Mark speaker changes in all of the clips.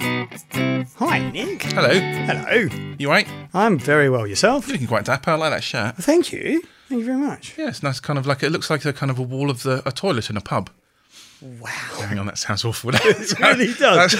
Speaker 1: Hi, Nick.
Speaker 2: Hello.
Speaker 1: Hello.
Speaker 2: You right?
Speaker 1: I'm very well yourself.
Speaker 2: You're looking quite dapper. I like that shirt.
Speaker 1: Thank you. Thank you very much.
Speaker 2: Yeah, it's nice. Kind of like it looks like a kind of a wall of the a toilet in a pub.
Speaker 1: Wow.
Speaker 2: Hang on, that sounds awful.
Speaker 1: It really does.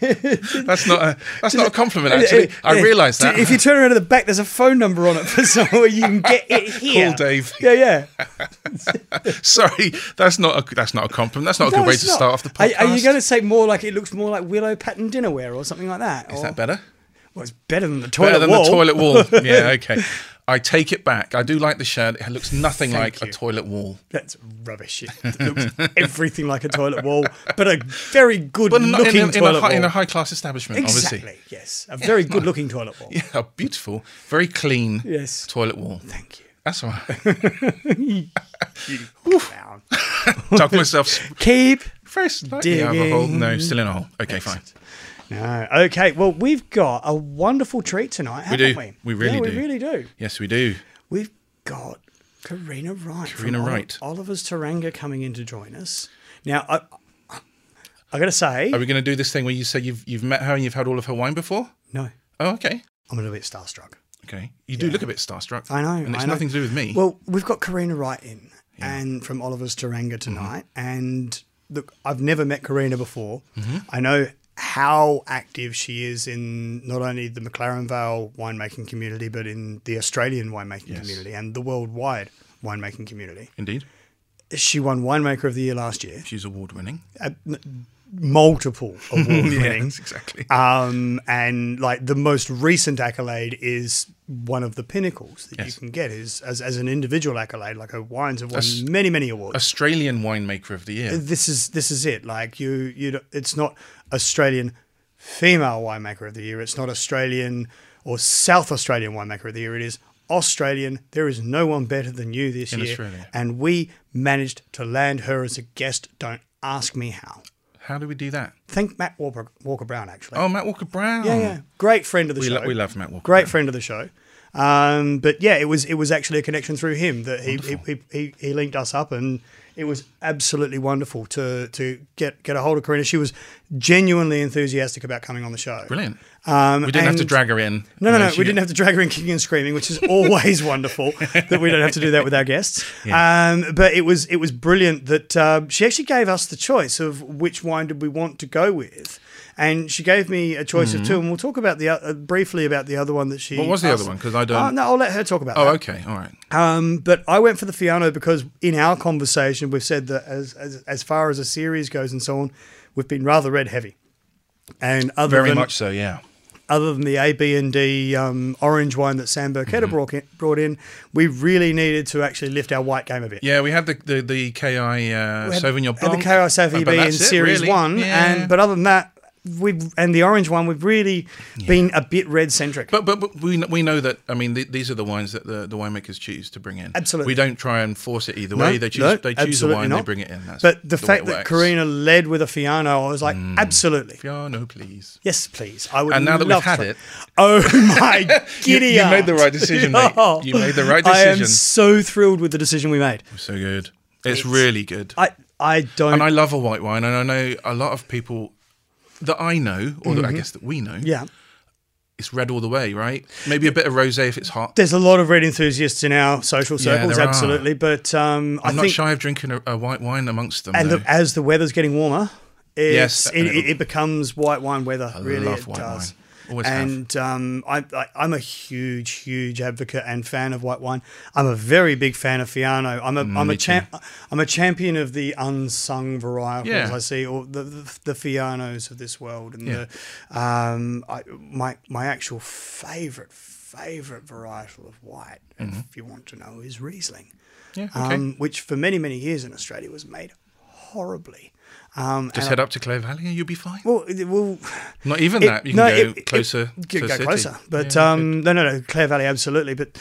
Speaker 2: That's not a that's not a compliment. Actually, I
Speaker 1: Yeah.
Speaker 2: realised that.
Speaker 1: If you turn around at the back, there's a phone number on it for someone. You can get it here.
Speaker 2: Call Dave.
Speaker 1: Yeah, yeah.
Speaker 2: Sorry, that's not a that's not a compliment. That's not a
Speaker 1: No,
Speaker 2: good way
Speaker 1: it's
Speaker 2: to
Speaker 1: not.
Speaker 2: start off the
Speaker 1: Are,
Speaker 2: podcast.
Speaker 1: are you going to say more like it looks more like willow pattern dinnerware or something like that?
Speaker 2: Is
Speaker 1: or,
Speaker 2: that better?
Speaker 1: Well, it's better than the toilet
Speaker 2: Better than
Speaker 1: wall.
Speaker 2: the toilet wall. Yeah. Okay. I take it back. I do like the shirt. It looks nothing
Speaker 1: Thank
Speaker 2: like a
Speaker 1: you.
Speaker 2: toilet wall.
Speaker 1: That's rubbish. It looks everything like a toilet wall, but a very good
Speaker 2: But not in
Speaker 1: looking
Speaker 2: a, in,
Speaker 1: toilet
Speaker 2: a high,
Speaker 1: wall.
Speaker 2: in a high class establishment,
Speaker 1: exactly.
Speaker 2: obviously.
Speaker 1: Yes, a very good looking toilet wall.
Speaker 2: Yeah, beautiful, very clean
Speaker 1: Yes.
Speaker 2: toilet wall.
Speaker 1: Thank you.
Speaker 2: That's all right.
Speaker 1: Wow.
Speaker 2: Dug myself
Speaker 1: Keep.
Speaker 2: very slightly out of a hole. No, still in a hole. Okay, fine.
Speaker 1: No. Okay. Well, we've got a wonderful treat tonight, haven't we?
Speaker 2: do. We really
Speaker 1: Yeah, We
Speaker 2: do.
Speaker 1: really do.
Speaker 2: Yes, we do.
Speaker 1: We've got Karina Wright. from
Speaker 2: Karina
Speaker 1: Oli-
Speaker 2: Wright.
Speaker 1: Oliver's Taranga coming in to join us. Now, I, I got to say,
Speaker 2: Are we going to do this thing where you say you've you've met her and you've had all of her wine before?
Speaker 1: no,
Speaker 2: Oh, okay.
Speaker 1: I'm a little bit starstruck.
Speaker 2: Okay. You do look a bit starstruck.
Speaker 1: I know.
Speaker 2: And it's
Speaker 1: I know.
Speaker 2: nothing to do with me.
Speaker 1: Well, we've got Karina Wright in, and from Oliver's Taranga
Speaker 2: Mm-hmm.
Speaker 1: tonight. And look, I've never met Karina before.
Speaker 2: Mm-hmm.
Speaker 1: I know how active she is in not only the McLaren Vale winemaking community, but in the Australian winemaking community and the worldwide winemaking community.
Speaker 2: Indeed.
Speaker 1: She won Winemaker of the Year last year,
Speaker 2: She's award winning.
Speaker 1: uh, m- multiple award winning.
Speaker 2: Yes, exactly.
Speaker 1: Um, and like the most recent accolade is one of the pinnacles that
Speaker 2: Yes.
Speaker 1: you can get is as, as an individual accolade. Like her wines have won many many awards.
Speaker 2: Australian winemaker of the year.
Speaker 1: this is this is it. Like you you don't- it's not Australian female winemaker of the year. It's not Australian or South Australian winemaker of the year. It is Australian. There is no one better than you this year.
Speaker 2: Australia.
Speaker 1: And we managed to land her as a guest. Don't ask me how.
Speaker 2: How do we do that?
Speaker 1: Thank Matt Walker, Walker Brown actually.
Speaker 2: Oh, Matt Walker Brown.
Speaker 1: Yeah, yeah. Great friend of the
Speaker 2: We,
Speaker 1: show.
Speaker 2: lo- we love Matt Walker.
Speaker 1: Great friend of the show. Um, but yeah, it was it was actually a connection through him that he he, he, he he linked us up, and it was absolutely wonderful to to get get a hold of Karina. She was genuinely enthusiastic about coming on the show.
Speaker 2: Brilliant.
Speaker 1: Um,
Speaker 2: we didn't have to
Speaker 1: and-
Speaker 2: drag her in.
Speaker 1: No, no, no. We didn't have to drag her in kicking and screaming, which is always wonderful that we don't have to do that with our guests. Um, but it was it was brilliant that um, she actually gave us the choice of which wine did we want to go with, and she gave me a choice of two, and we'll talk about the o- uh, briefly about the other one that she.
Speaker 2: Mm-hmm. What was the
Speaker 1: asked-
Speaker 2: other one? Because I don't.
Speaker 1: Uh, no, I'll let her talk about.
Speaker 2: oh,
Speaker 1: that.
Speaker 2: okay. All right.
Speaker 1: Um, but I went for the Fiano because in our conversation we've said that as as, as far as a series goes and so on, we've been rather red heavy, and other
Speaker 2: Very
Speaker 1: than,
Speaker 2: much so, yeah.
Speaker 1: other than the A, B, and D um, orange wine that Sam Burketta
Speaker 2: Mm-hmm.
Speaker 1: brought, in, brought in, we really needed to actually lift our white game a bit.
Speaker 2: Yeah, we had the the, the KI uh,
Speaker 1: had-
Speaker 2: Sauvignon
Speaker 1: had
Speaker 2: Blanc.
Speaker 1: the Kairos
Speaker 2: uh,
Speaker 1: OVB
Speaker 2: but
Speaker 1: in
Speaker 2: that's it,
Speaker 1: Series
Speaker 2: really.
Speaker 1: One,
Speaker 2: Yeah.
Speaker 1: and but other than that, we've and the orange one, we've really been a bit red centric.
Speaker 2: But, but but we kn- we know that I mean th- these are the wines that the, the winemakers choose to bring in.
Speaker 1: Absolutely.
Speaker 2: we don't try and force it either
Speaker 1: No,
Speaker 2: way. They choose
Speaker 1: no,
Speaker 2: they choose the
Speaker 1: absolutely
Speaker 2: wine,
Speaker 1: not.
Speaker 2: they bring it in. That's
Speaker 1: But the,
Speaker 2: way
Speaker 1: fact
Speaker 2: it
Speaker 1: that
Speaker 2: works.
Speaker 1: Karina led with a Fiano, I was like, absolutely.
Speaker 2: Piano, please.
Speaker 1: Yes, please. I would.
Speaker 2: And now that we've
Speaker 1: love to
Speaker 2: had
Speaker 1: try-
Speaker 2: it-
Speaker 1: oh my
Speaker 2: You,
Speaker 1: giddy!
Speaker 2: you made the
Speaker 1: aunt.
Speaker 2: right decision, mate.
Speaker 1: Oh,
Speaker 2: You made the right
Speaker 1: I am
Speaker 2: decision.
Speaker 1: so thrilled with the decision we made.
Speaker 2: so good. It's, really good.
Speaker 1: I I don't.
Speaker 2: and I love a white wine, and I know a lot of people that I know, or that I guess that we know,
Speaker 1: Mm-hmm. yeah.
Speaker 2: it's red all the way, right? Maybe a bit of rosé if it's hot.
Speaker 1: There's a lot of red enthusiasts in our social
Speaker 2: Yeah,
Speaker 1: circles,
Speaker 2: there are.
Speaker 1: absolutely. But um, I
Speaker 2: I'm not
Speaker 1: think,
Speaker 2: shy of drinking a, a white wine amongst them.
Speaker 1: and
Speaker 2: though.
Speaker 1: look, as the weather's getting warmer, it's,
Speaker 2: Yes,
Speaker 1: it,
Speaker 2: and
Speaker 1: it,
Speaker 2: it'll-
Speaker 1: it becomes white wine weather. really,
Speaker 2: love
Speaker 1: it
Speaker 2: white
Speaker 1: does.
Speaker 2: wine. Always have.
Speaker 1: and um, I, I, I'm a huge, huge advocate and fan of white wine. I'm a very big fan of Fiano. I'm a,
Speaker 2: Mm,
Speaker 1: am a champ, I'm a champion of the unsung varietals.
Speaker 2: Yeah.
Speaker 1: I see, or the, the the Fianos of this world, and the um, I, my my actual favorite favorite varietal of white,
Speaker 2: Mm-hmm.
Speaker 1: if you want to know, is Riesling
Speaker 2: yeah, okay.
Speaker 1: um, which for many, many years in Australia was made horribly. Um,
Speaker 2: Just head up to Clare Valley and you'll be fine.
Speaker 1: well, it- well,
Speaker 2: Not even that. You can
Speaker 1: no,
Speaker 2: go
Speaker 1: it- it-
Speaker 2: closer.
Speaker 1: it-
Speaker 2: to
Speaker 1: go
Speaker 2: the city.
Speaker 1: closer. But
Speaker 2: Yeah, you
Speaker 1: um, no, no, no, Clare Valley, absolutely. But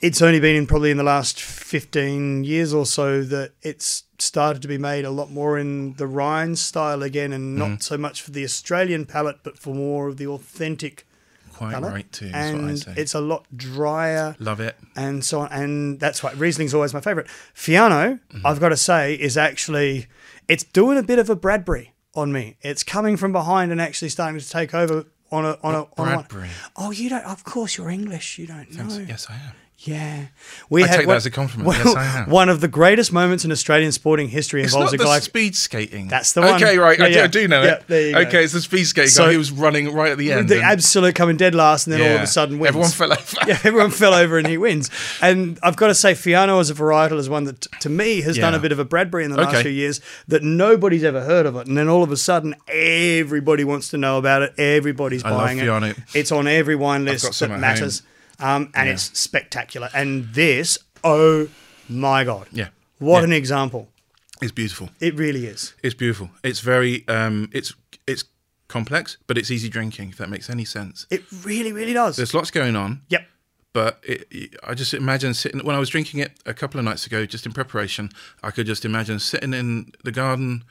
Speaker 1: it's only been in probably in the last 15 years or so that it's started to be made a lot more in the
Speaker 2: Mm-hmm.
Speaker 1: Rhine style again and not so much for the Australian palate, but for more of the authentic
Speaker 2: quite
Speaker 1: colour.
Speaker 2: right too. Is
Speaker 1: and
Speaker 2: what I say.
Speaker 1: it's a lot drier
Speaker 2: Love it.
Speaker 1: and so on. And that's why Riesling's always my favorite. Fiano,
Speaker 2: Mm-hmm.
Speaker 1: I've got to say, is actually it's doing a bit of a Bradbury on me. It's coming from behind and actually starting to take over on a on a on a-
Speaker 2: Bradbury?
Speaker 1: Oh, you don't. Of course, you're English. You don't know.
Speaker 2: Yes, I am.
Speaker 1: Yeah, we
Speaker 2: I take that as a compliment. Yes, I have.
Speaker 1: One of the greatest moments in Australian sporting history
Speaker 2: It's
Speaker 1: involves
Speaker 2: not
Speaker 1: a
Speaker 2: the
Speaker 1: guy.
Speaker 2: speed skating.
Speaker 1: That's the one.
Speaker 2: Okay, right. I,
Speaker 1: Yeah,
Speaker 2: do, I
Speaker 1: yeah.
Speaker 2: do know
Speaker 1: Yeah,
Speaker 2: it.
Speaker 1: there you go.
Speaker 2: okay, it's the speed skating
Speaker 1: So-
Speaker 2: guy who was running right at the end.
Speaker 1: the
Speaker 2: and-
Speaker 1: absolute coming dead last, and then all of
Speaker 2: yeah.
Speaker 1: a sudden wins.
Speaker 2: Everyone fell over.
Speaker 1: yeah, everyone fell over and he wins. And I've got to say, Fiano as a varietal is one that, t- to me, has done
Speaker 2: Yeah.
Speaker 1: a bit of a Bradbury in the last
Speaker 2: Okay.
Speaker 1: few years that nobody's ever heard of it. And then all of a sudden, everybody wants to know about it. Everybody's
Speaker 2: love
Speaker 1: buying
Speaker 2: Fiano.
Speaker 1: it. It's on every wine
Speaker 2: got
Speaker 1: list
Speaker 2: some
Speaker 1: that
Speaker 2: at
Speaker 1: matters. Um, and it's spectacular. And this, oh my God.
Speaker 2: Yeah.
Speaker 1: What
Speaker 2: Yeah.
Speaker 1: an example.
Speaker 2: It's beautiful.
Speaker 1: It really is.
Speaker 2: It's beautiful. It's very. Um, it's it's complex, but it's easy drinking. If that makes any sense.
Speaker 1: It really, really does.
Speaker 2: There's lots going on.
Speaker 1: yep.
Speaker 2: but it, I just imagine sitting when I was drinking it a couple of nights ago, just in preparation. I could just imagine sitting in the garden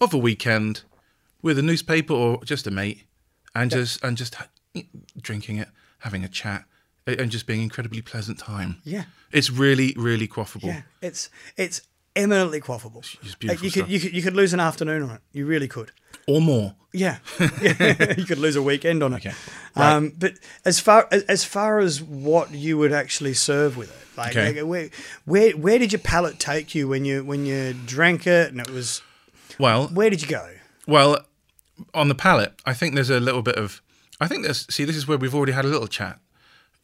Speaker 2: of a weekend with a newspaper or just a mate, and just and just ha- drinking it, having a chat, a- and just being incredibly pleasant time.
Speaker 1: Yeah.
Speaker 2: it's really really quaffable.
Speaker 1: Yeah. It's, it's eminently quaffable.
Speaker 2: it's
Speaker 1: Uh,
Speaker 2: beautiful
Speaker 1: you, could,
Speaker 2: stuff.
Speaker 1: you, could, you could lose an afternoon on it. You really could.
Speaker 2: or more.
Speaker 1: Yeah, Yeah. you could lose a weekend on it.
Speaker 2: Okay.
Speaker 1: Um, but as far as, as far as what you would actually serve with it, like,
Speaker 2: Okay.
Speaker 1: like, where where where did your palate take you when you when you drank it and it was
Speaker 2: Well,
Speaker 1: where did you go?
Speaker 2: Well, on the palate, I think there's a little bit of. I think there's. See, this is where we've already had a little chat.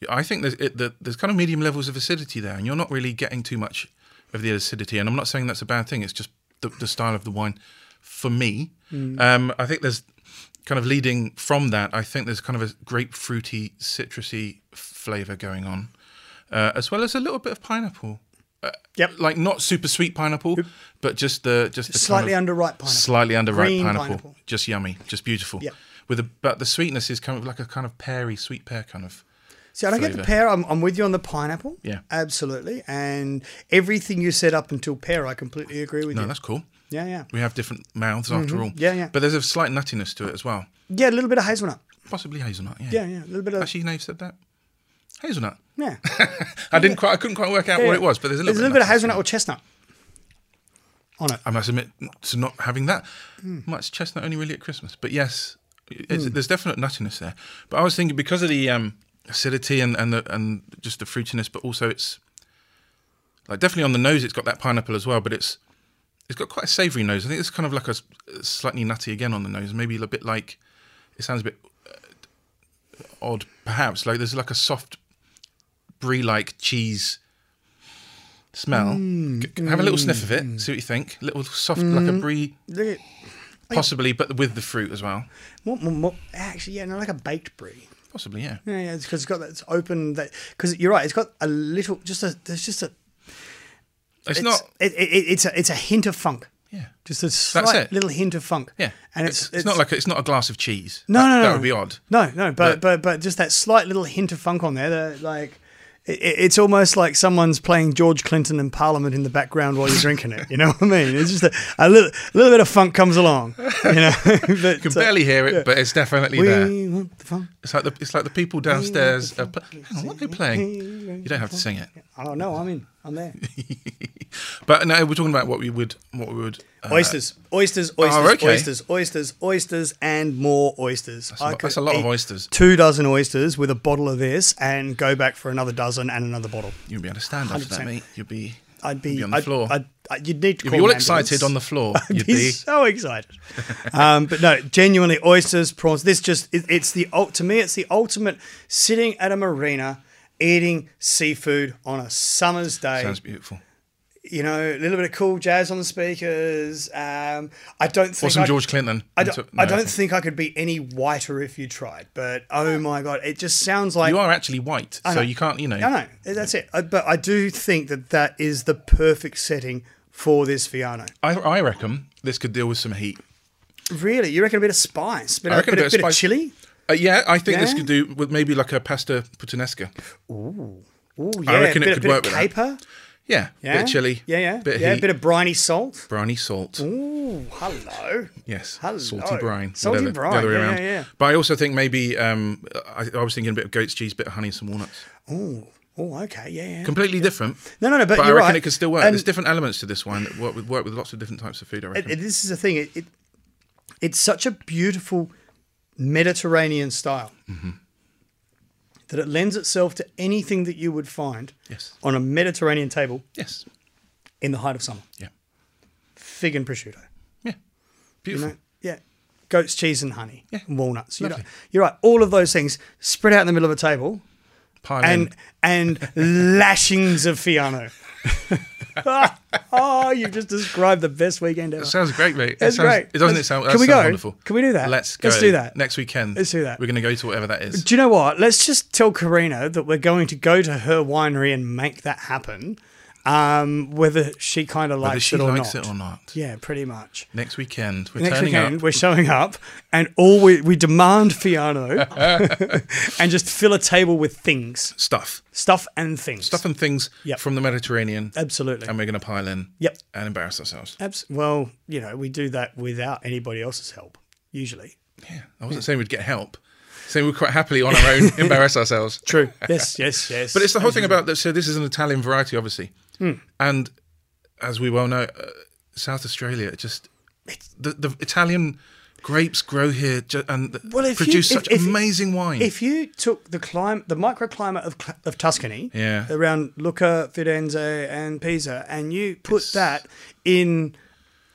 Speaker 2: I think there's it, that there's kind of medium levels of acidity there, and you're not really getting too much of the acidity. And I'm not saying that's a bad thing. It's just the, the style of the wine for me.
Speaker 1: Hmm.
Speaker 2: Um, I think there's kind of leading from that. I think there's kind of a grapefruity, citrusy flavor going on, uh, as well as a little bit of pineapple. Uh,
Speaker 1: Yep.
Speaker 2: like not super sweet pineapple, but just the just the kind
Speaker 1: Slightly
Speaker 2: of-
Speaker 1: underripe pineapple.
Speaker 2: slightly underripe
Speaker 1: Green
Speaker 2: pineapple.
Speaker 1: pineapple.
Speaker 2: just yummy, just beautiful.
Speaker 1: Yeah.
Speaker 2: With a, but the sweetness is kind of like a kind of peary, sweet pear kind of.
Speaker 1: See, I don't get the
Speaker 2: Flavour.
Speaker 1: pear. I'm, I'm with you on the pineapple.
Speaker 2: Yeah.
Speaker 1: absolutely. And everything you said up until pear, I completely agree with
Speaker 2: No,
Speaker 1: you.
Speaker 2: that's cool.
Speaker 1: Yeah, yeah,
Speaker 2: We have different mouths after all.
Speaker 1: Yeah, yeah.
Speaker 2: But there's a slight nuttiness to it as well,
Speaker 1: yeah. A little bit of hazelnut.
Speaker 2: possibly hazelnut. Yeah.
Speaker 1: Yeah, yeah. A little bit of
Speaker 2: Actually, Nave said that. Hazelnut.
Speaker 1: yeah.
Speaker 2: I didn't quite. I couldn't quite work out what it was, but there's a little,
Speaker 1: There's a little bit of
Speaker 2: nuttiness in
Speaker 1: hazelnut or chestnut on it.
Speaker 2: it. I must admit to not having that much chestnut only really at Christmas. But yes, it's, there's definite nuttiness there. But I was thinking because of the um, acidity and and, the, and just the fruitiness, but also it's like definitely on the nose it's got that pineapple as well, but it's it's got quite a savoury nose. I think it's kind of like a s- slightly nutty again on the nose, maybe a bit like it sounds a bit uh, odd perhaps. Like there's like a soft brie like cheese smell.
Speaker 1: Mm,
Speaker 2: G- g- Have a little sniff of it, see what you think. Little soft like a brie
Speaker 1: Look at
Speaker 2: possibly, but with the fruit as well.
Speaker 1: More, more, more, actually, yeah, no, like a baked brie.
Speaker 2: Possibly, yeah.
Speaker 1: Yeah, yeah, because it's got that it's open that because you're right, it's got a little just a there's just a
Speaker 2: It's,
Speaker 1: it's
Speaker 2: not
Speaker 1: it, it, it's a it's a hint of funk,
Speaker 2: yeah.
Speaker 1: just a slight
Speaker 2: it.
Speaker 1: little hint of funk.
Speaker 2: Yeah.
Speaker 1: and it's
Speaker 2: it's, not like a, it's not a glass of cheese.
Speaker 1: no
Speaker 2: that,
Speaker 1: no no
Speaker 2: That would be odd.
Speaker 1: No no, but
Speaker 2: But-
Speaker 1: but but just that slight little hint of funk on there, that like. It, it- it's almost like someone's playing George Clinton in Parliament in the background while you're drinking it. You know what I mean? It's just a, a little, little bit of funk comes along. You know, but, uh,
Speaker 2: You can barely hear it, but it's definitely there.
Speaker 1: we want the funk.
Speaker 2: It's like the it's like the people downstairs. Are pl- hang on, what are they playing? You don't have to sing it.
Speaker 1: Oh no, I'm in. I'm there.
Speaker 2: But no, we're talking about what we would what we would. Uh, Oh,
Speaker 1: Oysters, oysters, oysters,
Speaker 2: okay.
Speaker 1: oysters, oysters, oysters, and more oysters.
Speaker 2: That's a, lot- that's a lot of oysters.
Speaker 1: Two dozen oysters with a bottle of this, and go back for another dozen and another bottle.
Speaker 2: You'd be able to stand after that,
Speaker 1: 100%.
Speaker 2: mate. You'd be.
Speaker 1: I'd be,
Speaker 2: You'd be on the
Speaker 1: I'd-
Speaker 2: floor.
Speaker 1: I'd, I'd, you'd need to.
Speaker 2: You'd
Speaker 1: call
Speaker 2: be all
Speaker 1: an ambulance.
Speaker 2: excited on the floor. You'd
Speaker 1: Be
Speaker 2: be.
Speaker 1: so excited, um, but no, genuinely oysters, prawns. This just it, it's the ult- to me it's the ultimate sitting at a marina eating seafood on a summer's day
Speaker 2: Sounds beautiful.
Speaker 1: you know, a little bit of cool jazz on the speakers. Um, I don't think
Speaker 2: Wasn't
Speaker 1: I-
Speaker 2: George Clinton?
Speaker 1: I
Speaker 2: No,
Speaker 1: don't, I don't
Speaker 2: okay.
Speaker 1: think I could be any whiter if you tried. But oh my god, it just sounds like
Speaker 2: You are actually white, so you can't. You know.
Speaker 1: no, no, that's it. Uh, But I do think that that is the perfect setting for this Fiano.
Speaker 2: I, I reckon this could deal with some heat.
Speaker 1: Really, you reckon a bit of spice, bit,
Speaker 2: I
Speaker 1: of,
Speaker 2: reckon
Speaker 1: bit,
Speaker 2: a
Speaker 1: of,
Speaker 2: bit
Speaker 1: bit
Speaker 2: of
Speaker 1: of
Speaker 2: spice.
Speaker 1: chili?
Speaker 2: Uh, yeah, I think this
Speaker 1: Yeah.
Speaker 2: could do with maybe like a pasta puttanesca.
Speaker 1: Ooh, yeah,
Speaker 2: reckon it
Speaker 1: bit,
Speaker 2: could
Speaker 1: bit
Speaker 2: work
Speaker 1: of
Speaker 2: with that.
Speaker 1: caper.
Speaker 2: Yeah,
Speaker 1: Yeah.
Speaker 2: bit of chili.
Speaker 1: Yeah, yeah.
Speaker 2: Bit of
Speaker 1: yeah,
Speaker 2: heat.
Speaker 1: a bit of briny salt.
Speaker 2: briny salt.
Speaker 1: Ooh, hello.
Speaker 2: Yes,
Speaker 1: Hello.
Speaker 2: salty brine.
Speaker 1: Salty
Speaker 2: whatever,
Speaker 1: brine,
Speaker 2: The other way
Speaker 1: yeah,
Speaker 2: around.
Speaker 1: yeah, yeah.
Speaker 2: But I also think maybe um, I, I was thinking a bit of goat's cheese, bit of honey, and some walnuts.
Speaker 1: Ooh. Oh, okay. Yeah, yeah.
Speaker 2: Completely different.
Speaker 1: No, no, no, but
Speaker 2: I
Speaker 1: you're
Speaker 2: reckon
Speaker 1: right.
Speaker 2: it could still work.
Speaker 1: And-
Speaker 2: There's different elements to this wine that work with, work with lots of different types of food. I reckon.
Speaker 1: It- this is the thing. It, it it's such a beautiful Mediterranean style
Speaker 2: Mm-hmm.
Speaker 1: that it lends itself to anything that you would find
Speaker 2: Yes.
Speaker 1: on a Mediterranean table
Speaker 2: yes.
Speaker 1: in the height of summer.
Speaker 2: Yeah.
Speaker 1: Fig and prosciutto.
Speaker 2: Yeah. Beautiful.
Speaker 1: Yeah. Goat's cheese and honey.
Speaker 2: Yeah.
Speaker 1: And walnuts. You're
Speaker 2: Lovely.
Speaker 1: right. you're right. All of those things spread out in the middle of a table
Speaker 2: Pile in.
Speaker 1: and and lashings of Fiano. oh, you've just described the best weekend ever.
Speaker 2: That sounds great, mate. It
Speaker 1: That's
Speaker 2: sounds,
Speaker 1: great.
Speaker 2: It doesn't
Speaker 1: Let's-
Speaker 2: it sound?
Speaker 1: can
Speaker 2: That
Speaker 1: we
Speaker 2: sounds
Speaker 1: go?
Speaker 2: Wonderful.
Speaker 1: Can we do that?
Speaker 2: Let's go.
Speaker 1: Let's do that.
Speaker 2: next weekend.
Speaker 1: Let's do that.
Speaker 2: We're going to go to whatever that is.
Speaker 1: Do you know what? Let's just tell Karina that we're going to go to her winery and make that happen, um, whether she kind of
Speaker 2: Whether
Speaker 1: likes,
Speaker 2: she
Speaker 1: it, or
Speaker 2: likes
Speaker 1: not.
Speaker 2: it or not.
Speaker 1: Yeah, pretty much.
Speaker 2: Next weekend, we're
Speaker 1: Next
Speaker 2: turning
Speaker 1: weekend,
Speaker 2: up.
Speaker 1: we're showing up, and all we, we demand Fiano and just fill a table with things,
Speaker 2: Stuff,
Speaker 1: stuff and things.
Speaker 2: stuff, and things
Speaker 1: Yep.
Speaker 2: from the Mediterranean,
Speaker 1: Absolutely.
Speaker 2: and Um, we're going to pile in.
Speaker 1: Yep.
Speaker 2: And embarrass ourselves.
Speaker 1: Abs- well, you know, we do that without anybody else's help, usually.
Speaker 2: Yeah. I wasn't saying we'd get help. Saying we'd quite happily on our own embarrass ourselves.
Speaker 1: True. Yes, yes, yes.
Speaker 2: But it's the whole thing about that. So this is an Italian variety, obviously,
Speaker 1: Hmm.
Speaker 2: and as we well know, uh, South Australia just the, the Italian grapes grow here ju- and th-
Speaker 1: Well, if you-
Speaker 2: produce
Speaker 1: if-
Speaker 2: such
Speaker 1: if-
Speaker 2: amazing wine.
Speaker 1: If you took the clim- the microclimate of, Cl- of Tuscany,
Speaker 2: Yeah.
Speaker 1: around Lucca, Firenze, and Pisa, and you put that in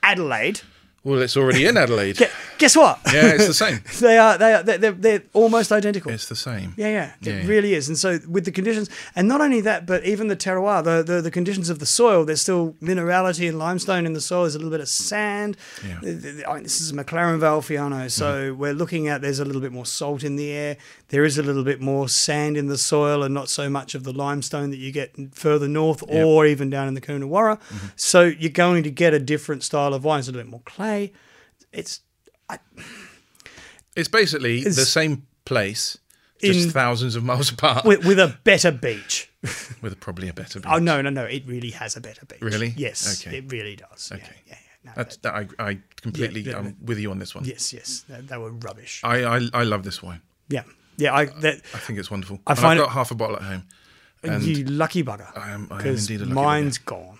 Speaker 1: Adelaide,
Speaker 2: well, it's already in Adelaide.
Speaker 1: gu- guess what?
Speaker 2: yeah, it's the same.
Speaker 1: they are they are they're, they're, they're almost identical.
Speaker 2: It's the same.
Speaker 1: Yeah, yeah, it
Speaker 2: yeah.
Speaker 1: really is. And so with the conditions, and not only that, but even the terroir, the, the the conditions of the soil, there's still minerality and limestone in the soil. There's a little bit of sand.
Speaker 2: Yeah. Mm-hmm.
Speaker 1: Th- th- I mean, This is McLaren Valfiano, so we're looking at there's a little bit more salt in the air. There is a little bit more sand in the soil, and not so much of the limestone that you get further north or even down in the Coonawarra.
Speaker 2: Mm-hmm.
Speaker 1: So you're going to get a different style of wine. It's a little bit more clay. It's
Speaker 2: It's basically the
Speaker 1: It's-
Speaker 2: same place, just
Speaker 1: In-
Speaker 2: thousands of miles apart, with,
Speaker 1: with, with a better beach.
Speaker 2: probably a better. beer.
Speaker 1: Oh no, no, no! It really has a better beach.
Speaker 2: Really?
Speaker 1: Yes,
Speaker 2: Okay.
Speaker 1: it really does. Yeah,
Speaker 2: Okay.
Speaker 1: yeah, yeah. No,
Speaker 2: That's,
Speaker 1: that-
Speaker 2: that I, I completely.
Speaker 1: Yeah, yeah.
Speaker 2: I'm with you on this one.
Speaker 1: yes, yes. That, they were rubbish.
Speaker 2: I, I I love this wine.
Speaker 1: yeah, yeah. I that
Speaker 2: I think it's wonderful.
Speaker 1: I
Speaker 2: and
Speaker 1: find it-
Speaker 2: I've got half a bottle at home. Uh, And
Speaker 1: you lucky bugger.
Speaker 2: I am, I am
Speaker 1: Because
Speaker 2: indeed a lucky Oh,
Speaker 1: mine's gone.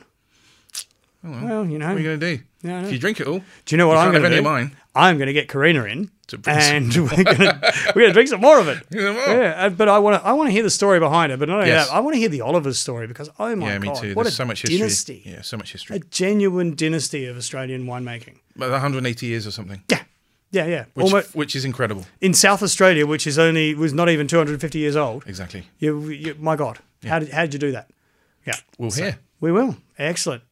Speaker 2: well.
Speaker 1: well, you know.
Speaker 2: What are you going to do?
Speaker 1: Yeah, I know.
Speaker 2: If you drink it all,
Speaker 1: do you know what
Speaker 2: you
Speaker 1: I'm
Speaker 2: can't have
Speaker 1: going to
Speaker 2: any
Speaker 1: do?
Speaker 2: of mine.
Speaker 1: I'm going to get Karina in,
Speaker 2: To bring some-
Speaker 1: and we're going to we're going to drink some more of it.
Speaker 2: Yeah, well.
Speaker 1: Yeah, uh, but I want to I want to hear the story behind it. But not only
Speaker 2: Yes.
Speaker 1: that, I want to hear the Oliver's story because oh my
Speaker 2: Yeah, me
Speaker 1: god,
Speaker 2: too.
Speaker 1: what
Speaker 2: There's
Speaker 1: a
Speaker 2: so much history.
Speaker 1: dynasty,
Speaker 2: Yeah, so much
Speaker 1: a
Speaker 2: history.
Speaker 1: genuine dynasty of Australian winemaking.
Speaker 2: About 180 years or something,
Speaker 1: Yeah, yeah, yeah.
Speaker 2: which,
Speaker 1: Almost
Speaker 2: which is incredible.
Speaker 1: in South Australia, which is only was not even 250 years old.
Speaker 2: Exactly.
Speaker 1: You, you, my God, how did how did you do that? Yeah,
Speaker 2: Well, here.
Speaker 1: we will. Excellent.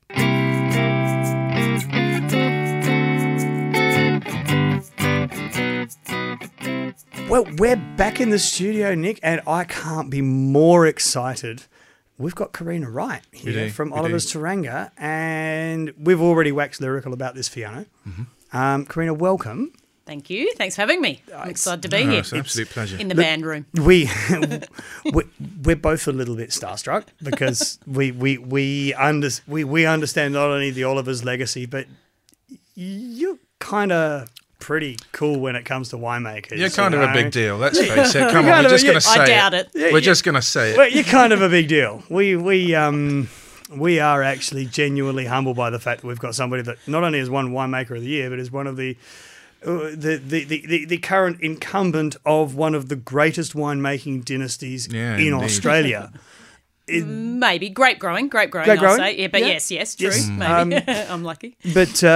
Speaker 1: Well, we're back in the studio, Nick, and I can't be more excited. We've got Karina Wright here
Speaker 2: do,
Speaker 1: from
Speaker 2: we do.
Speaker 1: Oliver's Taranga, and we've already waxed lyrical about this Fiona.
Speaker 2: Mm-hmm.
Speaker 1: Um, Karina, welcome.
Speaker 3: Thank you. Thanks for having me. I'm excited to be
Speaker 2: Oh,
Speaker 3: here
Speaker 2: it's an absolute pleasure.
Speaker 3: in the band room.
Speaker 1: we we- we're both a little bit starstruck because we we we, under, we we understand not only the Oliver's legacy, but you're kind of pretty cool when it comes to winemakers.
Speaker 2: You're kind of a big
Speaker 1: deal.
Speaker 2: deal. Let's face it. Come on,
Speaker 1: kind
Speaker 2: we're
Speaker 1: of a-
Speaker 2: just going to say
Speaker 3: I doubt it.
Speaker 2: We're just going to say it.
Speaker 1: Well, you're kind of a big deal. We we um we are actually genuinely humbled by the fact that we've got somebody that not only is one winemaker of the year, but is one of the uh, the, the, the, the, the current incumbent of one of the greatest winemaking dynasties
Speaker 2: Yeah,
Speaker 1: in
Speaker 2: indeed.
Speaker 1: Australia.
Speaker 3: Maybe grape growing, grape growing.
Speaker 1: Grape
Speaker 3: I'll
Speaker 1: growing?
Speaker 3: say. Yeah, but
Speaker 1: Yeah.
Speaker 3: yes, yes, true.
Speaker 1: Yes. Um,
Speaker 3: Maybe I'm lucky.
Speaker 1: But uh,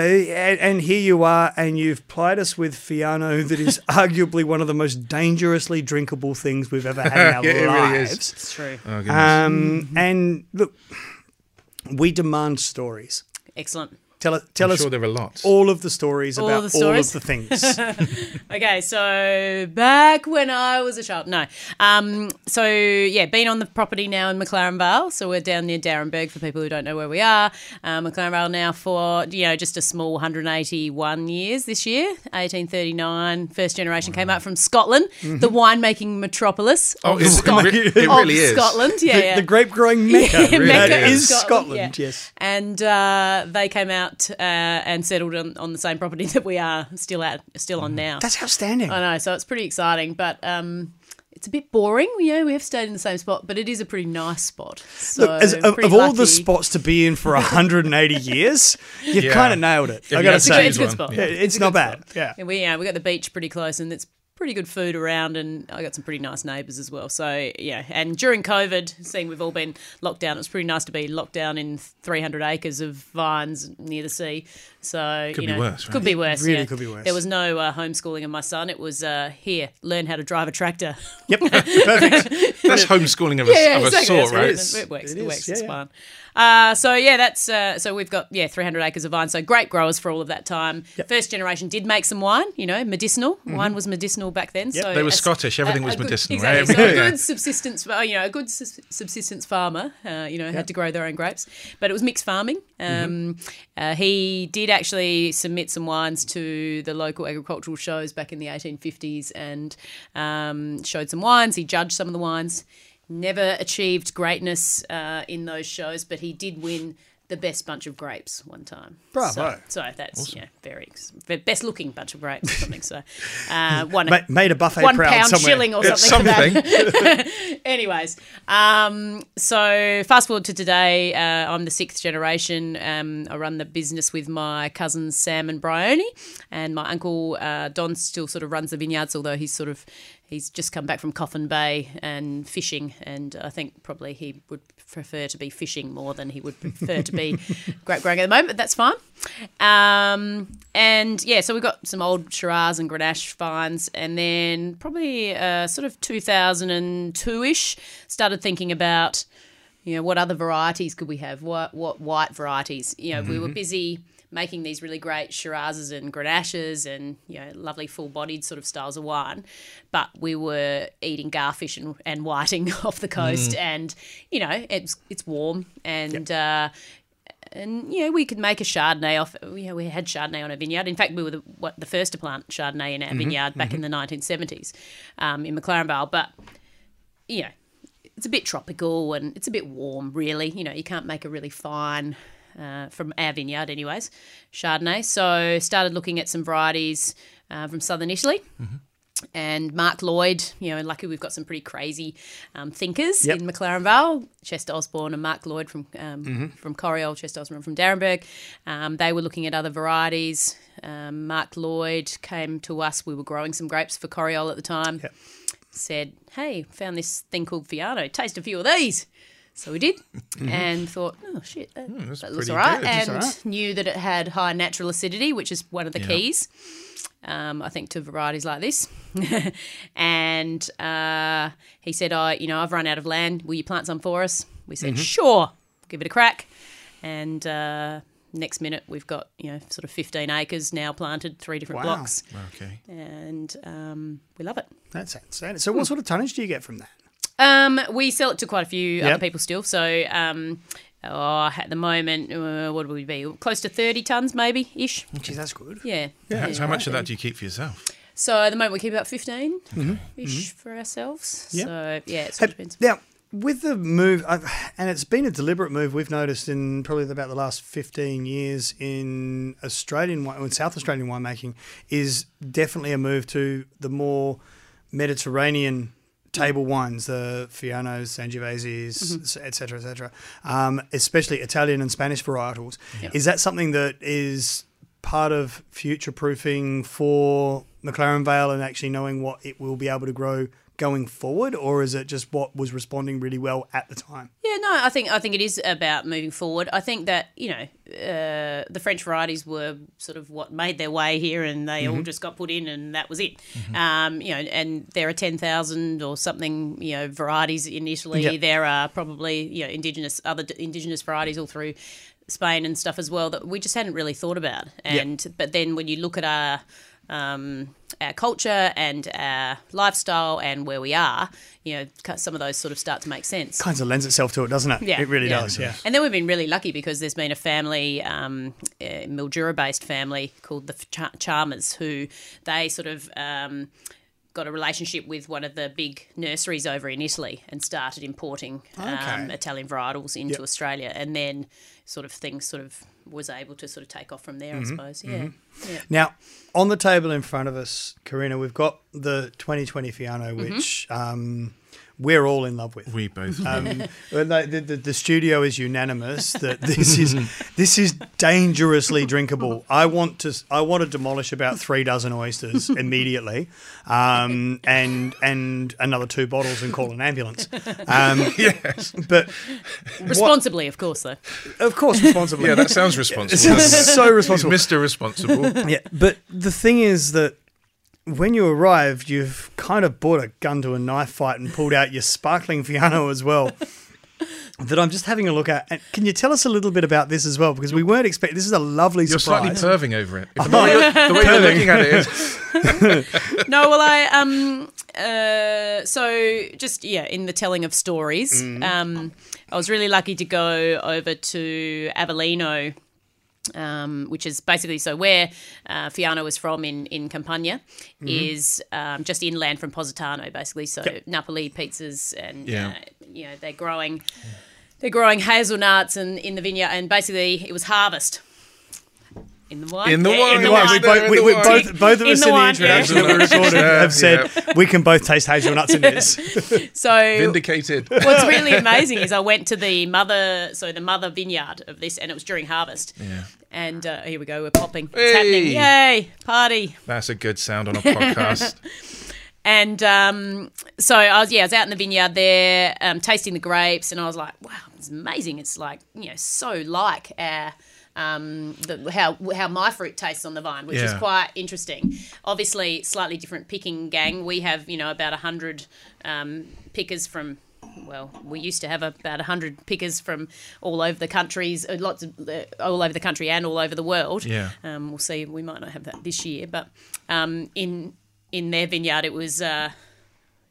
Speaker 1: and, and here you are, and you've plied us with Fiano that is arguably one of the most dangerously drinkable things we've ever had in our
Speaker 2: Yeah, it really is.
Speaker 1: lives.
Speaker 3: It's true.
Speaker 2: Oh, goodness.
Speaker 1: Um, and look, we demand stories.
Speaker 3: Excellent.
Speaker 1: Tell, us- tell
Speaker 2: I'm
Speaker 1: us
Speaker 2: sure there are lots.
Speaker 1: all of the stories
Speaker 3: All
Speaker 1: about
Speaker 3: the
Speaker 1: all of
Speaker 3: stories?
Speaker 1: the things.
Speaker 3: Okay, so back when I was a child, no. Um, so yeah, been on the property now in McLaren Vale. So we're down near Darrenberg for people who don't know where we are. Um, McLaren Vale now for you know just a small 181 years this year, 1839. First generation came up from Scotland, the
Speaker 1: Mm-hmm.
Speaker 3: winemaking metropolis.
Speaker 2: Oh,
Speaker 3: of
Speaker 2: it's- it,
Speaker 3: Scotland.
Speaker 2: re- it really
Speaker 3: of
Speaker 2: is.
Speaker 3: Scotland, yeah,
Speaker 1: the,
Speaker 3: yeah.
Speaker 1: the grape growing mecca,
Speaker 2: really
Speaker 1: that
Speaker 2: is.
Speaker 1: is
Speaker 3: Scotland,
Speaker 1: Scotland.
Speaker 3: yeah.
Speaker 1: Yes.
Speaker 3: and uh, they came out uh, and settled on, on the same property that we are still at, still on now.
Speaker 1: Mm. That's outstanding.
Speaker 3: I know, so it's pretty exciting, but um, it's a bit boring. You know, we have stayed in the same spot, but it is a pretty nice spot. So
Speaker 1: Look, as, of,
Speaker 3: pretty
Speaker 1: of all the
Speaker 3: lucky.
Speaker 1: spots to be in for 180 years, you
Speaker 2: Yeah.
Speaker 1: kind of nailed it.
Speaker 2: If
Speaker 1: I
Speaker 2: you
Speaker 1: gotta
Speaker 2: had to
Speaker 1: say,
Speaker 3: It's a good
Speaker 2: choose one,
Speaker 3: spot.
Speaker 1: Yeah, it's not bad. Yeah.
Speaker 3: And we yeah, we got the beach pretty close, and it's pretty good food around, and I got some pretty nice neighbours as well. So yeah, and during COVID, seeing we've all been locked down, it's pretty nice to be locked down in 300 acres of vines near the sea. So
Speaker 2: Could
Speaker 3: you
Speaker 2: be
Speaker 3: know,
Speaker 2: worse, right?
Speaker 3: Could be worse.
Speaker 1: really
Speaker 3: yeah.
Speaker 1: could be worse.
Speaker 3: There was no uh, homeschooling of my son. It was uh, here, learn how to drive a tractor.
Speaker 1: Yep. Perfect.
Speaker 2: That's homeschooling of a,
Speaker 3: yeah,
Speaker 2: of a
Speaker 3: exactly.
Speaker 2: sort,
Speaker 3: That's
Speaker 2: right?
Speaker 3: It, is. it works.
Speaker 1: It
Speaker 3: It,
Speaker 1: is,
Speaker 3: works.
Speaker 1: yeah,
Speaker 3: it's
Speaker 1: yeah.
Speaker 3: fine. Uh, so yeah, that's uh, so we've got yeah 300 acres of vine. So great growers for all of that time. First generation did make some wine. You know, medicinal
Speaker 1: Mm-hmm.
Speaker 3: wine was medicinal back then. So
Speaker 2: They were
Speaker 3: as-
Speaker 2: Scottish. Everything was
Speaker 3: a good-
Speaker 2: medicinal,
Speaker 3: exactly.
Speaker 2: right?
Speaker 3: So a
Speaker 2: Yeah.
Speaker 3: good subsistence, uh, you know, a good sus- subsistence farmer, uh, you know, had to grow their own grapes. But it was mixed farming.
Speaker 2: Mm-hmm.
Speaker 3: Um, uh, he did actually submit some wines to the local agricultural shows back in the 1850s and um, showed some wines. He judged some of the wines. Never achieved greatness uh, in those shows, but he did win the best bunch of grapes one time.
Speaker 1: Bravo.
Speaker 3: So, so that's yeah, very ex- the best looking bunch of grapes or something. So uh, one
Speaker 1: Ma- made a buffet
Speaker 3: one
Speaker 1: proud
Speaker 3: pound
Speaker 1: somewhere.
Speaker 3: shilling or something.
Speaker 2: It's
Speaker 3: for that.
Speaker 2: something.
Speaker 3: Anyways, um, so fast forward to today. Uh, I'm the sixth generation. Um, I run the business with my cousins Sam and Bryony, and my uncle uh, Don still sort of runs the vineyards, although he's sort of he's just come back from Coffin Bay and fishing, and I think probably he would prefer to be fishing more than he would prefer to be grape growing at the moment. But that's fine. Um, and yeah, so we've got some old Shiraz and Grenache vines, and then probably uh, sort of 2002 ish, started thinking about, you know, what other varieties could we have? What, what white varieties? You know, we were busy making these really great Shirazes and Grenaches and, you know, lovely full bodied sort of styles of wine, but we were eating garfish and, and whiting off the coast, and, you know, it's, it's warm and, uh, and you know we could make a Chardonnay off. You know we had Chardonnay on our vineyard. In fact, we were the, what, the first to plant Chardonnay in our vineyard back in the 1970s um, in McLaren Vale. But you know it's a bit tropical and it's a bit warm, really. You know you can't make a really fine uh, from our vineyard, anyways, Chardonnay. So started looking at some varieties uh, from southern Italy
Speaker 1: Mm-hmm.
Speaker 3: and Mark Lloyd. You know, and luckily we've got some pretty crazy um, thinkers
Speaker 1: Yep.
Speaker 3: in McLaren Vale, Chester Osborne and Mark Lloyd from um,
Speaker 1: Mm-hmm.
Speaker 3: from Coriol, Chester Osborne from Darrenberg. Um, they were looking at other varieties. Um, Mark Lloyd came to us. We were growing some grapes for Coriol at the time.
Speaker 1: Yep.
Speaker 3: Said, "Hey, found this thing called Fiano. Taste a few of these." So we did, and thought, "Oh shit, that,
Speaker 2: Mm-hmm. Hmm, that's
Speaker 3: that looks
Speaker 2: pretty
Speaker 3: all right."
Speaker 2: good.
Speaker 3: And
Speaker 2: That's
Speaker 3: knew that it had high natural acidity, which is one of the keys um, I think, to varieties like this. and uh, he said, I, you know, I've run out of land. Will you plant some for us? We said,
Speaker 2: Mm-hmm.
Speaker 3: sure, give it a crack. And uh, next minute, we've got, you know, sort of 15 acres now planted, three different
Speaker 1: Wow.
Speaker 3: blocks.
Speaker 2: Okay.
Speaker 3: And um, we love it.
Speaker 1: That's outstanding. So,
Speaker 3: Hmm.
Speaker 1: what sort of tonnage do you get from that?
Speaker 3: Um, we sell it to quite a few
Speaker 1: Yep.
Speaker 3: other people still. So um, oh, at the moment, uh, what would we be? Close to 30 tons, maybe ish.
Speaker 1: Geez, that's good.
Speaker 3: Yeah.
Speaker 2: Yeah, so how much of that do you keep for yourself?
Speaker 3: So at the moment we keep about 15 ish for ourselves.
Speaker 1: Yeah.
Speaker 3: So yeah, it's
Speaker 1: Mm-hmm. Have-
Speaker 3: depends.
Speaker 1: now, with the move, I've, and it's been a deliberate move we've noticed in probably about the last 15 years in Australian wine, in South Australian winemaking, is definitely a move to the more Mediterranean table wines, the Fianos,
Speaker 3: Mm-hmm.
Speaker 1: Sangioveses, et cetera, et cetera, um, especially Italian and Spanish varietals. Is that something that is part of future proofing for McLaren Vale and actually knowing what it will be able to grow going forward, or is it just what was responding really well at the time?
Speaker 3: Yeah, no, I think I think it is about moving forward. I think that you know uh, the French varieties were sort of what made their way here, and they all just got put in, and that was it. Um, you know, and there are ten thousand or something you know varieties in Italy.
Speaker 1: Yep.
Speaker 3: There are probably you know indigenous other d- indigenous varieties all through Spain and stuff as well that we just hadn't really thought about. And but then when you look at our um, our culture and our lifestyle and where we are, you know, cu- some of those sort of start to make sense.
Speaker 1: Kinds of lends itself to it, doesn't it?
Speaker 3: Yeah,
Speaker 1: It really
Speaker 3: yeah.
Speaker 1: does, yeah.
Speaker 3: And then we've been really lucky because there's been a family, um, uh, Mildura-based family called the Char- Chalmers, who they sort of um, got a relationship with one of the big nurseries over in Italy and started importing um,
Speaker 1: Okay.
Speaker 3: Italian varietals into
Speaker 1: Yep.
Speaker 3: Australia, and then sort of things sort of was able to sort of take off from there,
Speaker 1: Mm-hmm.
Speaker 3: I suppose. Yeah. yeah.
Speaker 1: Now, on the table in front of us, Karina, we've got the 2020 Fiano,
Speaker 3: Mm-hmm.
Speaker 1: which um, we're all in love with.
Speaker 2: We both. Um,
Speaker 1: Well, no, the, the, the studio is unanimous that this is this is dangerously drinkable. I want to s- I want to demolish about three dozen oysters immediately, um, and and another two bottles and call an ambulance. Um, but
Speaker 3: Responsibly, of course, though.
Speaker 1: of course responsibly.
Speaker 2: yeah, that sounds responsible. doesn't it?
Speaker 1: It's so responsible.
Speaker 2: Mr. Responsible.
Speaker 1: Yeah, but the thing is that when you arrived, you've kind of brought a gun to a knife fight and pulled out your sparkling Fiano as well. That I'm just having a look at. And can you tell us a little bit about this as well? Because we weren't expecting. This is a lovely
Speaker 2: You're slightly
Speaker 1: surprise.
Speaker 2: perving over it. If the way you're, the way you're looking at it is,
Speaker 3: no, well, I um uh so just yeah, in the telling of stories,
Speaker 2: Mm-hmm.
Speaker 3: um, I was really lucky to go over to Avellino. Um, which is basically so where uh, Fiano is from in in Campania
Speaker 2: Mm-hmm.
Speaker 3: is um, just inland from Positano, basically. So Napoli pizzas and
Speaker 2: Yeah.
Speaker 3: uh, you know they're growing they're growing hazelnuts and in the vineyard, and basically it was harvest in the wine
Speaker 2: In the wine,
Speaker 1: In the
Speaker 2: Yeah, we
Speaker 1: wine,
Speaker 2: were
Speaker 1: we
Speaker 2: there
Speaker 1: both,
Speaker 2: in
Speaker 1: we,
Speaker 2: the
Speaker 1: we
Speaker 2: wine.
Speaker 1: both, both of
Speaker 3: In
Speaker 1: us
Speaker 3: the
Speaker 1: in the
Speaker 3: wine,
Speaker 1: introduction
Speaker 2: yeah.
Speaker 1: that we recorded
Speaker 2: Yeah,
Speaker 1: have said we can both taste hazelnuts in this.
Speaker 3: so
Speaker 2: vindicated.
Speaker 3: What's really amazing is I went to the mother, so the mother vineyard of this, and it was during harvest. Yeah. And uh, here we go, we're popping. It's happening. Yay, party.
Speaker 2: That's a good sound on a podcast.
Speaker 3: And um, so I was, yeah, I was out in the vineyard there, um, tasting the grapes, and I was like, wow, it's amazing. It's like, you know, so like our. Um, the, how how my fruit tastes on the vine, which is
Speaker 2: Yeah.
Speaker 3: quite interesting. Obviously, slightly different picking gang. We have you know about hundred um, pickers from. Well, we used to have about hundred pickers from all over the countries, uh, lots of uh, all over the country and all over the world.
Speaker 2: Yeah.
Speaker 3: Um, we'll see. We might not have that this year, but um, in in their vineyard, it was uh,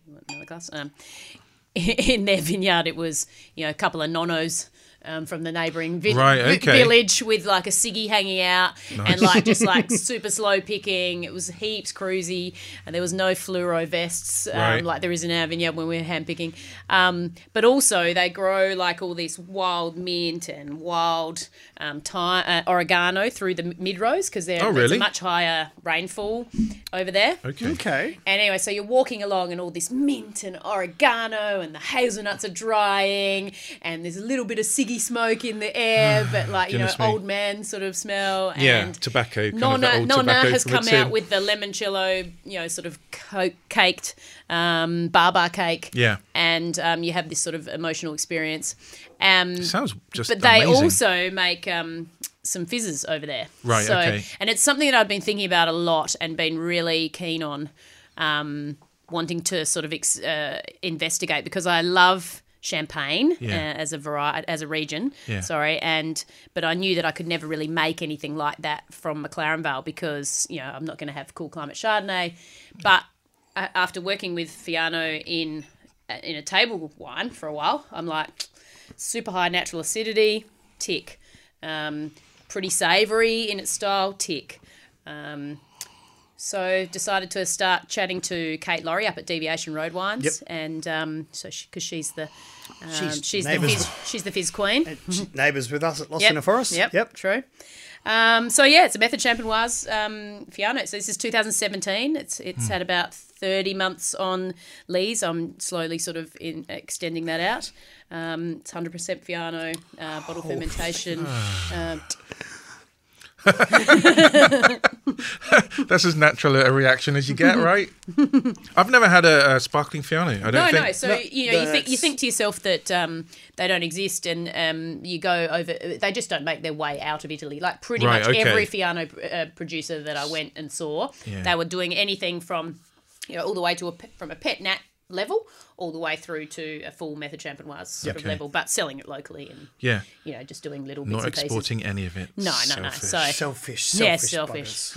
Speaker 3: you want another glass. Um, in their vineyard, it was you know a couple of nonos. Um, from the neighbouring vi-
Speaker 2: Right,
Speaker 3: vi-
Speaker 2: okay.
Speaker 3: village with like a ciggy hanging out and like just like super slow picking. It was heaps cruisy and there was no fluoro vests um,
Speaker 2: Right.
Speaker 3: like there is in our vineyard when we're hand picking. Um, but also they grow like all this wild mint and wild um, thyme, uh, oregano through the mid rows because they're
Speaker 2: Oh,
Speaker 3: there's
Speaker 2: really?
Speaker 3: a much higher rainfall over there.
Speaker 2: Okay.
Speaker 1: Okay.
Speaker 3: And anyway, so you're walking along, and all this mint and oregano, and the hazelnuts are drying, and there's a little bit of ciggy smoke in the air, but like you know,
Speaker 2: Goodness me.
Speaker 3: old man sort of smell. And
Speaker 2: Yeah, tobacco, kind of
Speaker 3: Nonna,
Speaker 2: that old
Speaker 3: Nonna
Speaker 2: tobacco
Speaker 3: has
Speaker 2: from
Speaker 3: come
Speaker 2: the
Speaker 3: out
Speaker 2: tin.
Speaker 3: with the limoncello, you know, sort of co- caked um, barbar cake.
Speaker 2: Yeah.
Speaker 3: and um, you have this sort of emotional experience. Um,
Speaker 2: Sounds just
Speaker 3: but they
Speaker 2: amazing.
Speaker 3: also make um, some fizzes over there.
Speaker 2: Right,
Speaker 3: So,
Speaker 2: okay.
Speaker 3: And it's something that I've been thinking about a lot and been really keen on um, wanting to sort of ex- uh, investigate because I love champagne
Speaker 2: Yeah.
Speaker 3: uh, as a variety as a region
Speaker 2: Yeah.
Speaker 3: sorry and but i knew that i could never really make anything like that from mclaren vale because you know i'm not going to have cool climate chardonnay but a- after working with fiano in uh, in a table wine for a while i'm like super high natural acidity, tick. Um, pretty savoury in its style, tick. Um, so decided to start chatting to Kate Laurie up at Deviation Road Wines,
Speaker 1: Yep.
Speaker 3: and um, so because she's the um,
Speaker 1: She's
Speaker 3: she's, the
Speaker 1: neighbours.
Speaker 3: fizz, she's the fizz queen.
Speaker 1: Neighbours with us at Lost
Speaker 3: Yep,
Speaker 1: in a Forest.
Speaker 3: Yep.
Speaker 1: Yep.
Speaker 3: True. Um, so yeah, it's a method champenoise um, Fiano. So this is 2017. It's it's had about 30 months on lees. I'm slowly sort of in, extending that out. Um, it's 100% Fiano uh, bottle fermentation. Um,
Speaker 2: That's as natural a reaction as you get, right? I've never had a, a sparkling Fiano. I don't
Speaker 3: no,
Speaker 2: think.
Speaker 3: no. So
Speaker 1: No,
Speaker 3: you know, you think you
Speaker 1: that's-
Speaker 3: think to yourself that um, they don't exist, and um, you go over. They just don't make their way out of Italy. Like pretty
Speaker 2: Right,
Speaker 3: much
Speaker 2: okay.
Speaker 3: every Fiano uh, producer that I went and saw,
Speaker 2: Yeah.
Speaker 3: they were doing anything from, you know, all the way to a, pe- from a pet nat level all the way through to a full method champenoise sort of
Speaker 2: Okay.
Speaker 3: level, but selling it locally and
Speaker 2: Yeah.
Speaker 3: you know just doing little bits
Speaker 2: Not
Speaker 3: and pieces.
Speaker 2: exporting any of it.
Speaker 3: No, no, no.
Speaker 2: Selfish.
Speaker 3: So
Speaker 1: Selfish, selfish.
Speaker 3: yeah,
Speaker 1: buggers.
Speaker 3: selfish.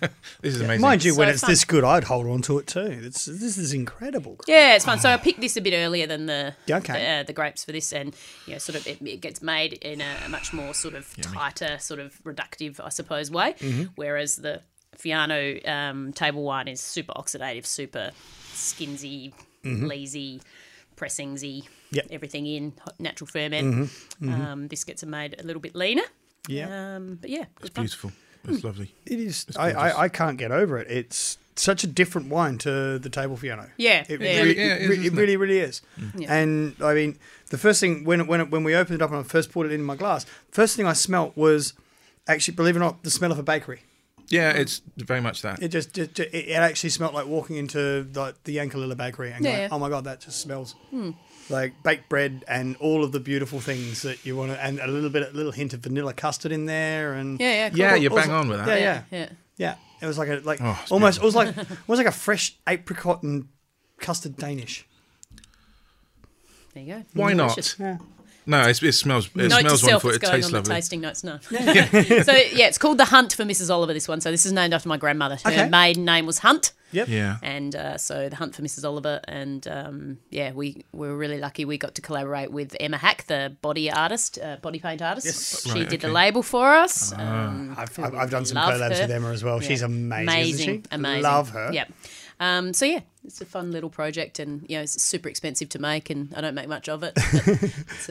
Speaker 3: Yeah.
Speaker 2: This is amazing.
Speaker 1: Mind you, when
Speaker 3: So
Speaker 1: it's
Speaker 3: fun.
Speaker 1: this good, I'd hold on to it too. This, this is incredible.
Speaker 3: Yeah, it's fun. So I picked this a bit earlier than the
Speaker 1: Yeah, okay.
Speaker 3: the, uh, the grapes for this, and you know, sort of it, it gets made in a much more sort of tighter, sort of reductive, I suppose, way.
Speaker 1: Mm-hmm.
Speaker 3: Whereas the Fiano um, table wine is super oxidative, super skinsy, lazy, pressingsy.
Speaker 1: Mm-hmm. Yep. Mm-hmm.
Speaker 3: Everything in hot- natural ferment. Um, this gets made a little bit leaner.
Speaker 1: Yeah.
Speaker 3: Um, but yeah, it's fun.
Speaker 2: beautiful.
Speaker 3: Hmm.
Speaker 2: It's lovely.
Speaker 1: It is. I, I, I can't get over it. It's such a different wine to the table Fiano.
Speaker 3: Yeah,
Speaker 1: it
Speaker 3: yeah. Mm.
Speaker 1: really,
Speaker 2: Yeah,
Speaker 1: it,
Speaker 2: it is,
Speaker 1: re- it
Speaker 2: isn't it?
Speaker 1: really, really is.
Speaker 3: Yeah.
Speaker 1: And I mean, the first thing when it- when it, when we opened it up and I first poured it in my glass, first thing I smelt was actually, believe it or not, the smell of a bakery.
Speaker 2: Yeah, it's very much that.
Speaker 1: It just, just it, it actually smelt like walking into the, the Yankalilla bakery and
Speaker 3: Yeah, Hmm.
Speaker 1: going,
Speaker 3: yeah.
Speaker 1: oh my god, that just smells like baked bread and all of the beautiful things that you want to, and a little bit, a little hint of vanilla custard in there, and
Speaker 3: Yeah, yeah, cool.
Speaker 2: yeah,
Speaker 1: Well,
Speaker 2: you're bang
Speaker 1: also-
Speaker 2: on with that.
Speaker 1: yeah,
Speaker 3: yeah,
Speaker 1: yeah,
Speaker 3: yeah.
Speaker 1: yeah. It was like a like
Speaker 2: Oh, it's
Speaker 1: almost it was like it was like a fresh apricot and custard Danish.
Speaker 3: There you go.
Speaker 2: Why not?
Speaker 3: Delicious.
Speaker 1: Yeah.
Speaker 2: No, it's, it smells. It
Speaker 3: Note
Speaker 2: smells
Speaker 3: to self,
Speaker 2: wonderful.
Speaker 3: it's
Speaker 2: It
Speaker 3: going
Speaker 2: tastes
Speaker 3: on the
Speaker 2: lovely.
Speaker 3: tasting notes now. so yeah, it's called the Hunt for Mrs. Oliver. This one. So this is named after my grandmother. Her
Speaker 1: Okay.
Speaker 3: maiden name was Hunt,
Speaker 1: Yep.
Speaker 2: Yeah.
Speaker 3: and uh, so the Hunt for Mrs. Oliver. And um, yeah, we, we were really lucky. We got to collaborate with Emma Hack, the body artist, uh, body paint artist.
Speaker 1: Yes.
Speaker 3: She
Speaker 2: Right,
Speaker 3: did the
Speaker 2: okay. Ah.
Speaker 3: label for us. Um,
Speaker 1: I've, I've, I've done some
Speaker 3: Love
Speaker 1: collabs
Speaker 3: her.
Speaker 1: with Emma as well.
Speaker 3: yeah.
Speaker 1: She's amazing. isn't she?
Speaker 3: amazing.
Speaker 1: Love her.
Speaker 3: Yep. Um, so yeah, it's a fun little project, and you know, it's super expensive to make, and I don't make much of it.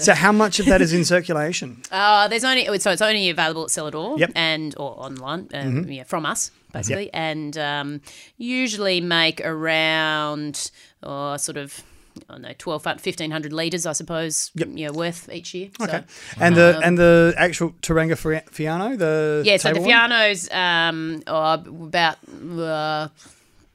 Speaker 1: So how much of that is in circulation?
Speaker 3: Uh, there's only so it's only available at Cellador
Speaker 1: Yep. Mm-hmm.
Speaker 3: and or online, um, yeah, from us basically, and um, usually make around uh, sort of. I don't know, 12, 1,500 litres, I suppose,
Speaker 1: Yep.
Speaker 3: you know, worth each year.
Speaker 1: Okay.
Speaker 3: So,
Speaker 1: And the and the actual Taranga Fri- Fiano, the
Speaker 3: Um, yeah, so the
Speaker 1: table wine?
Speaker 3: piano's um, oh, about uh,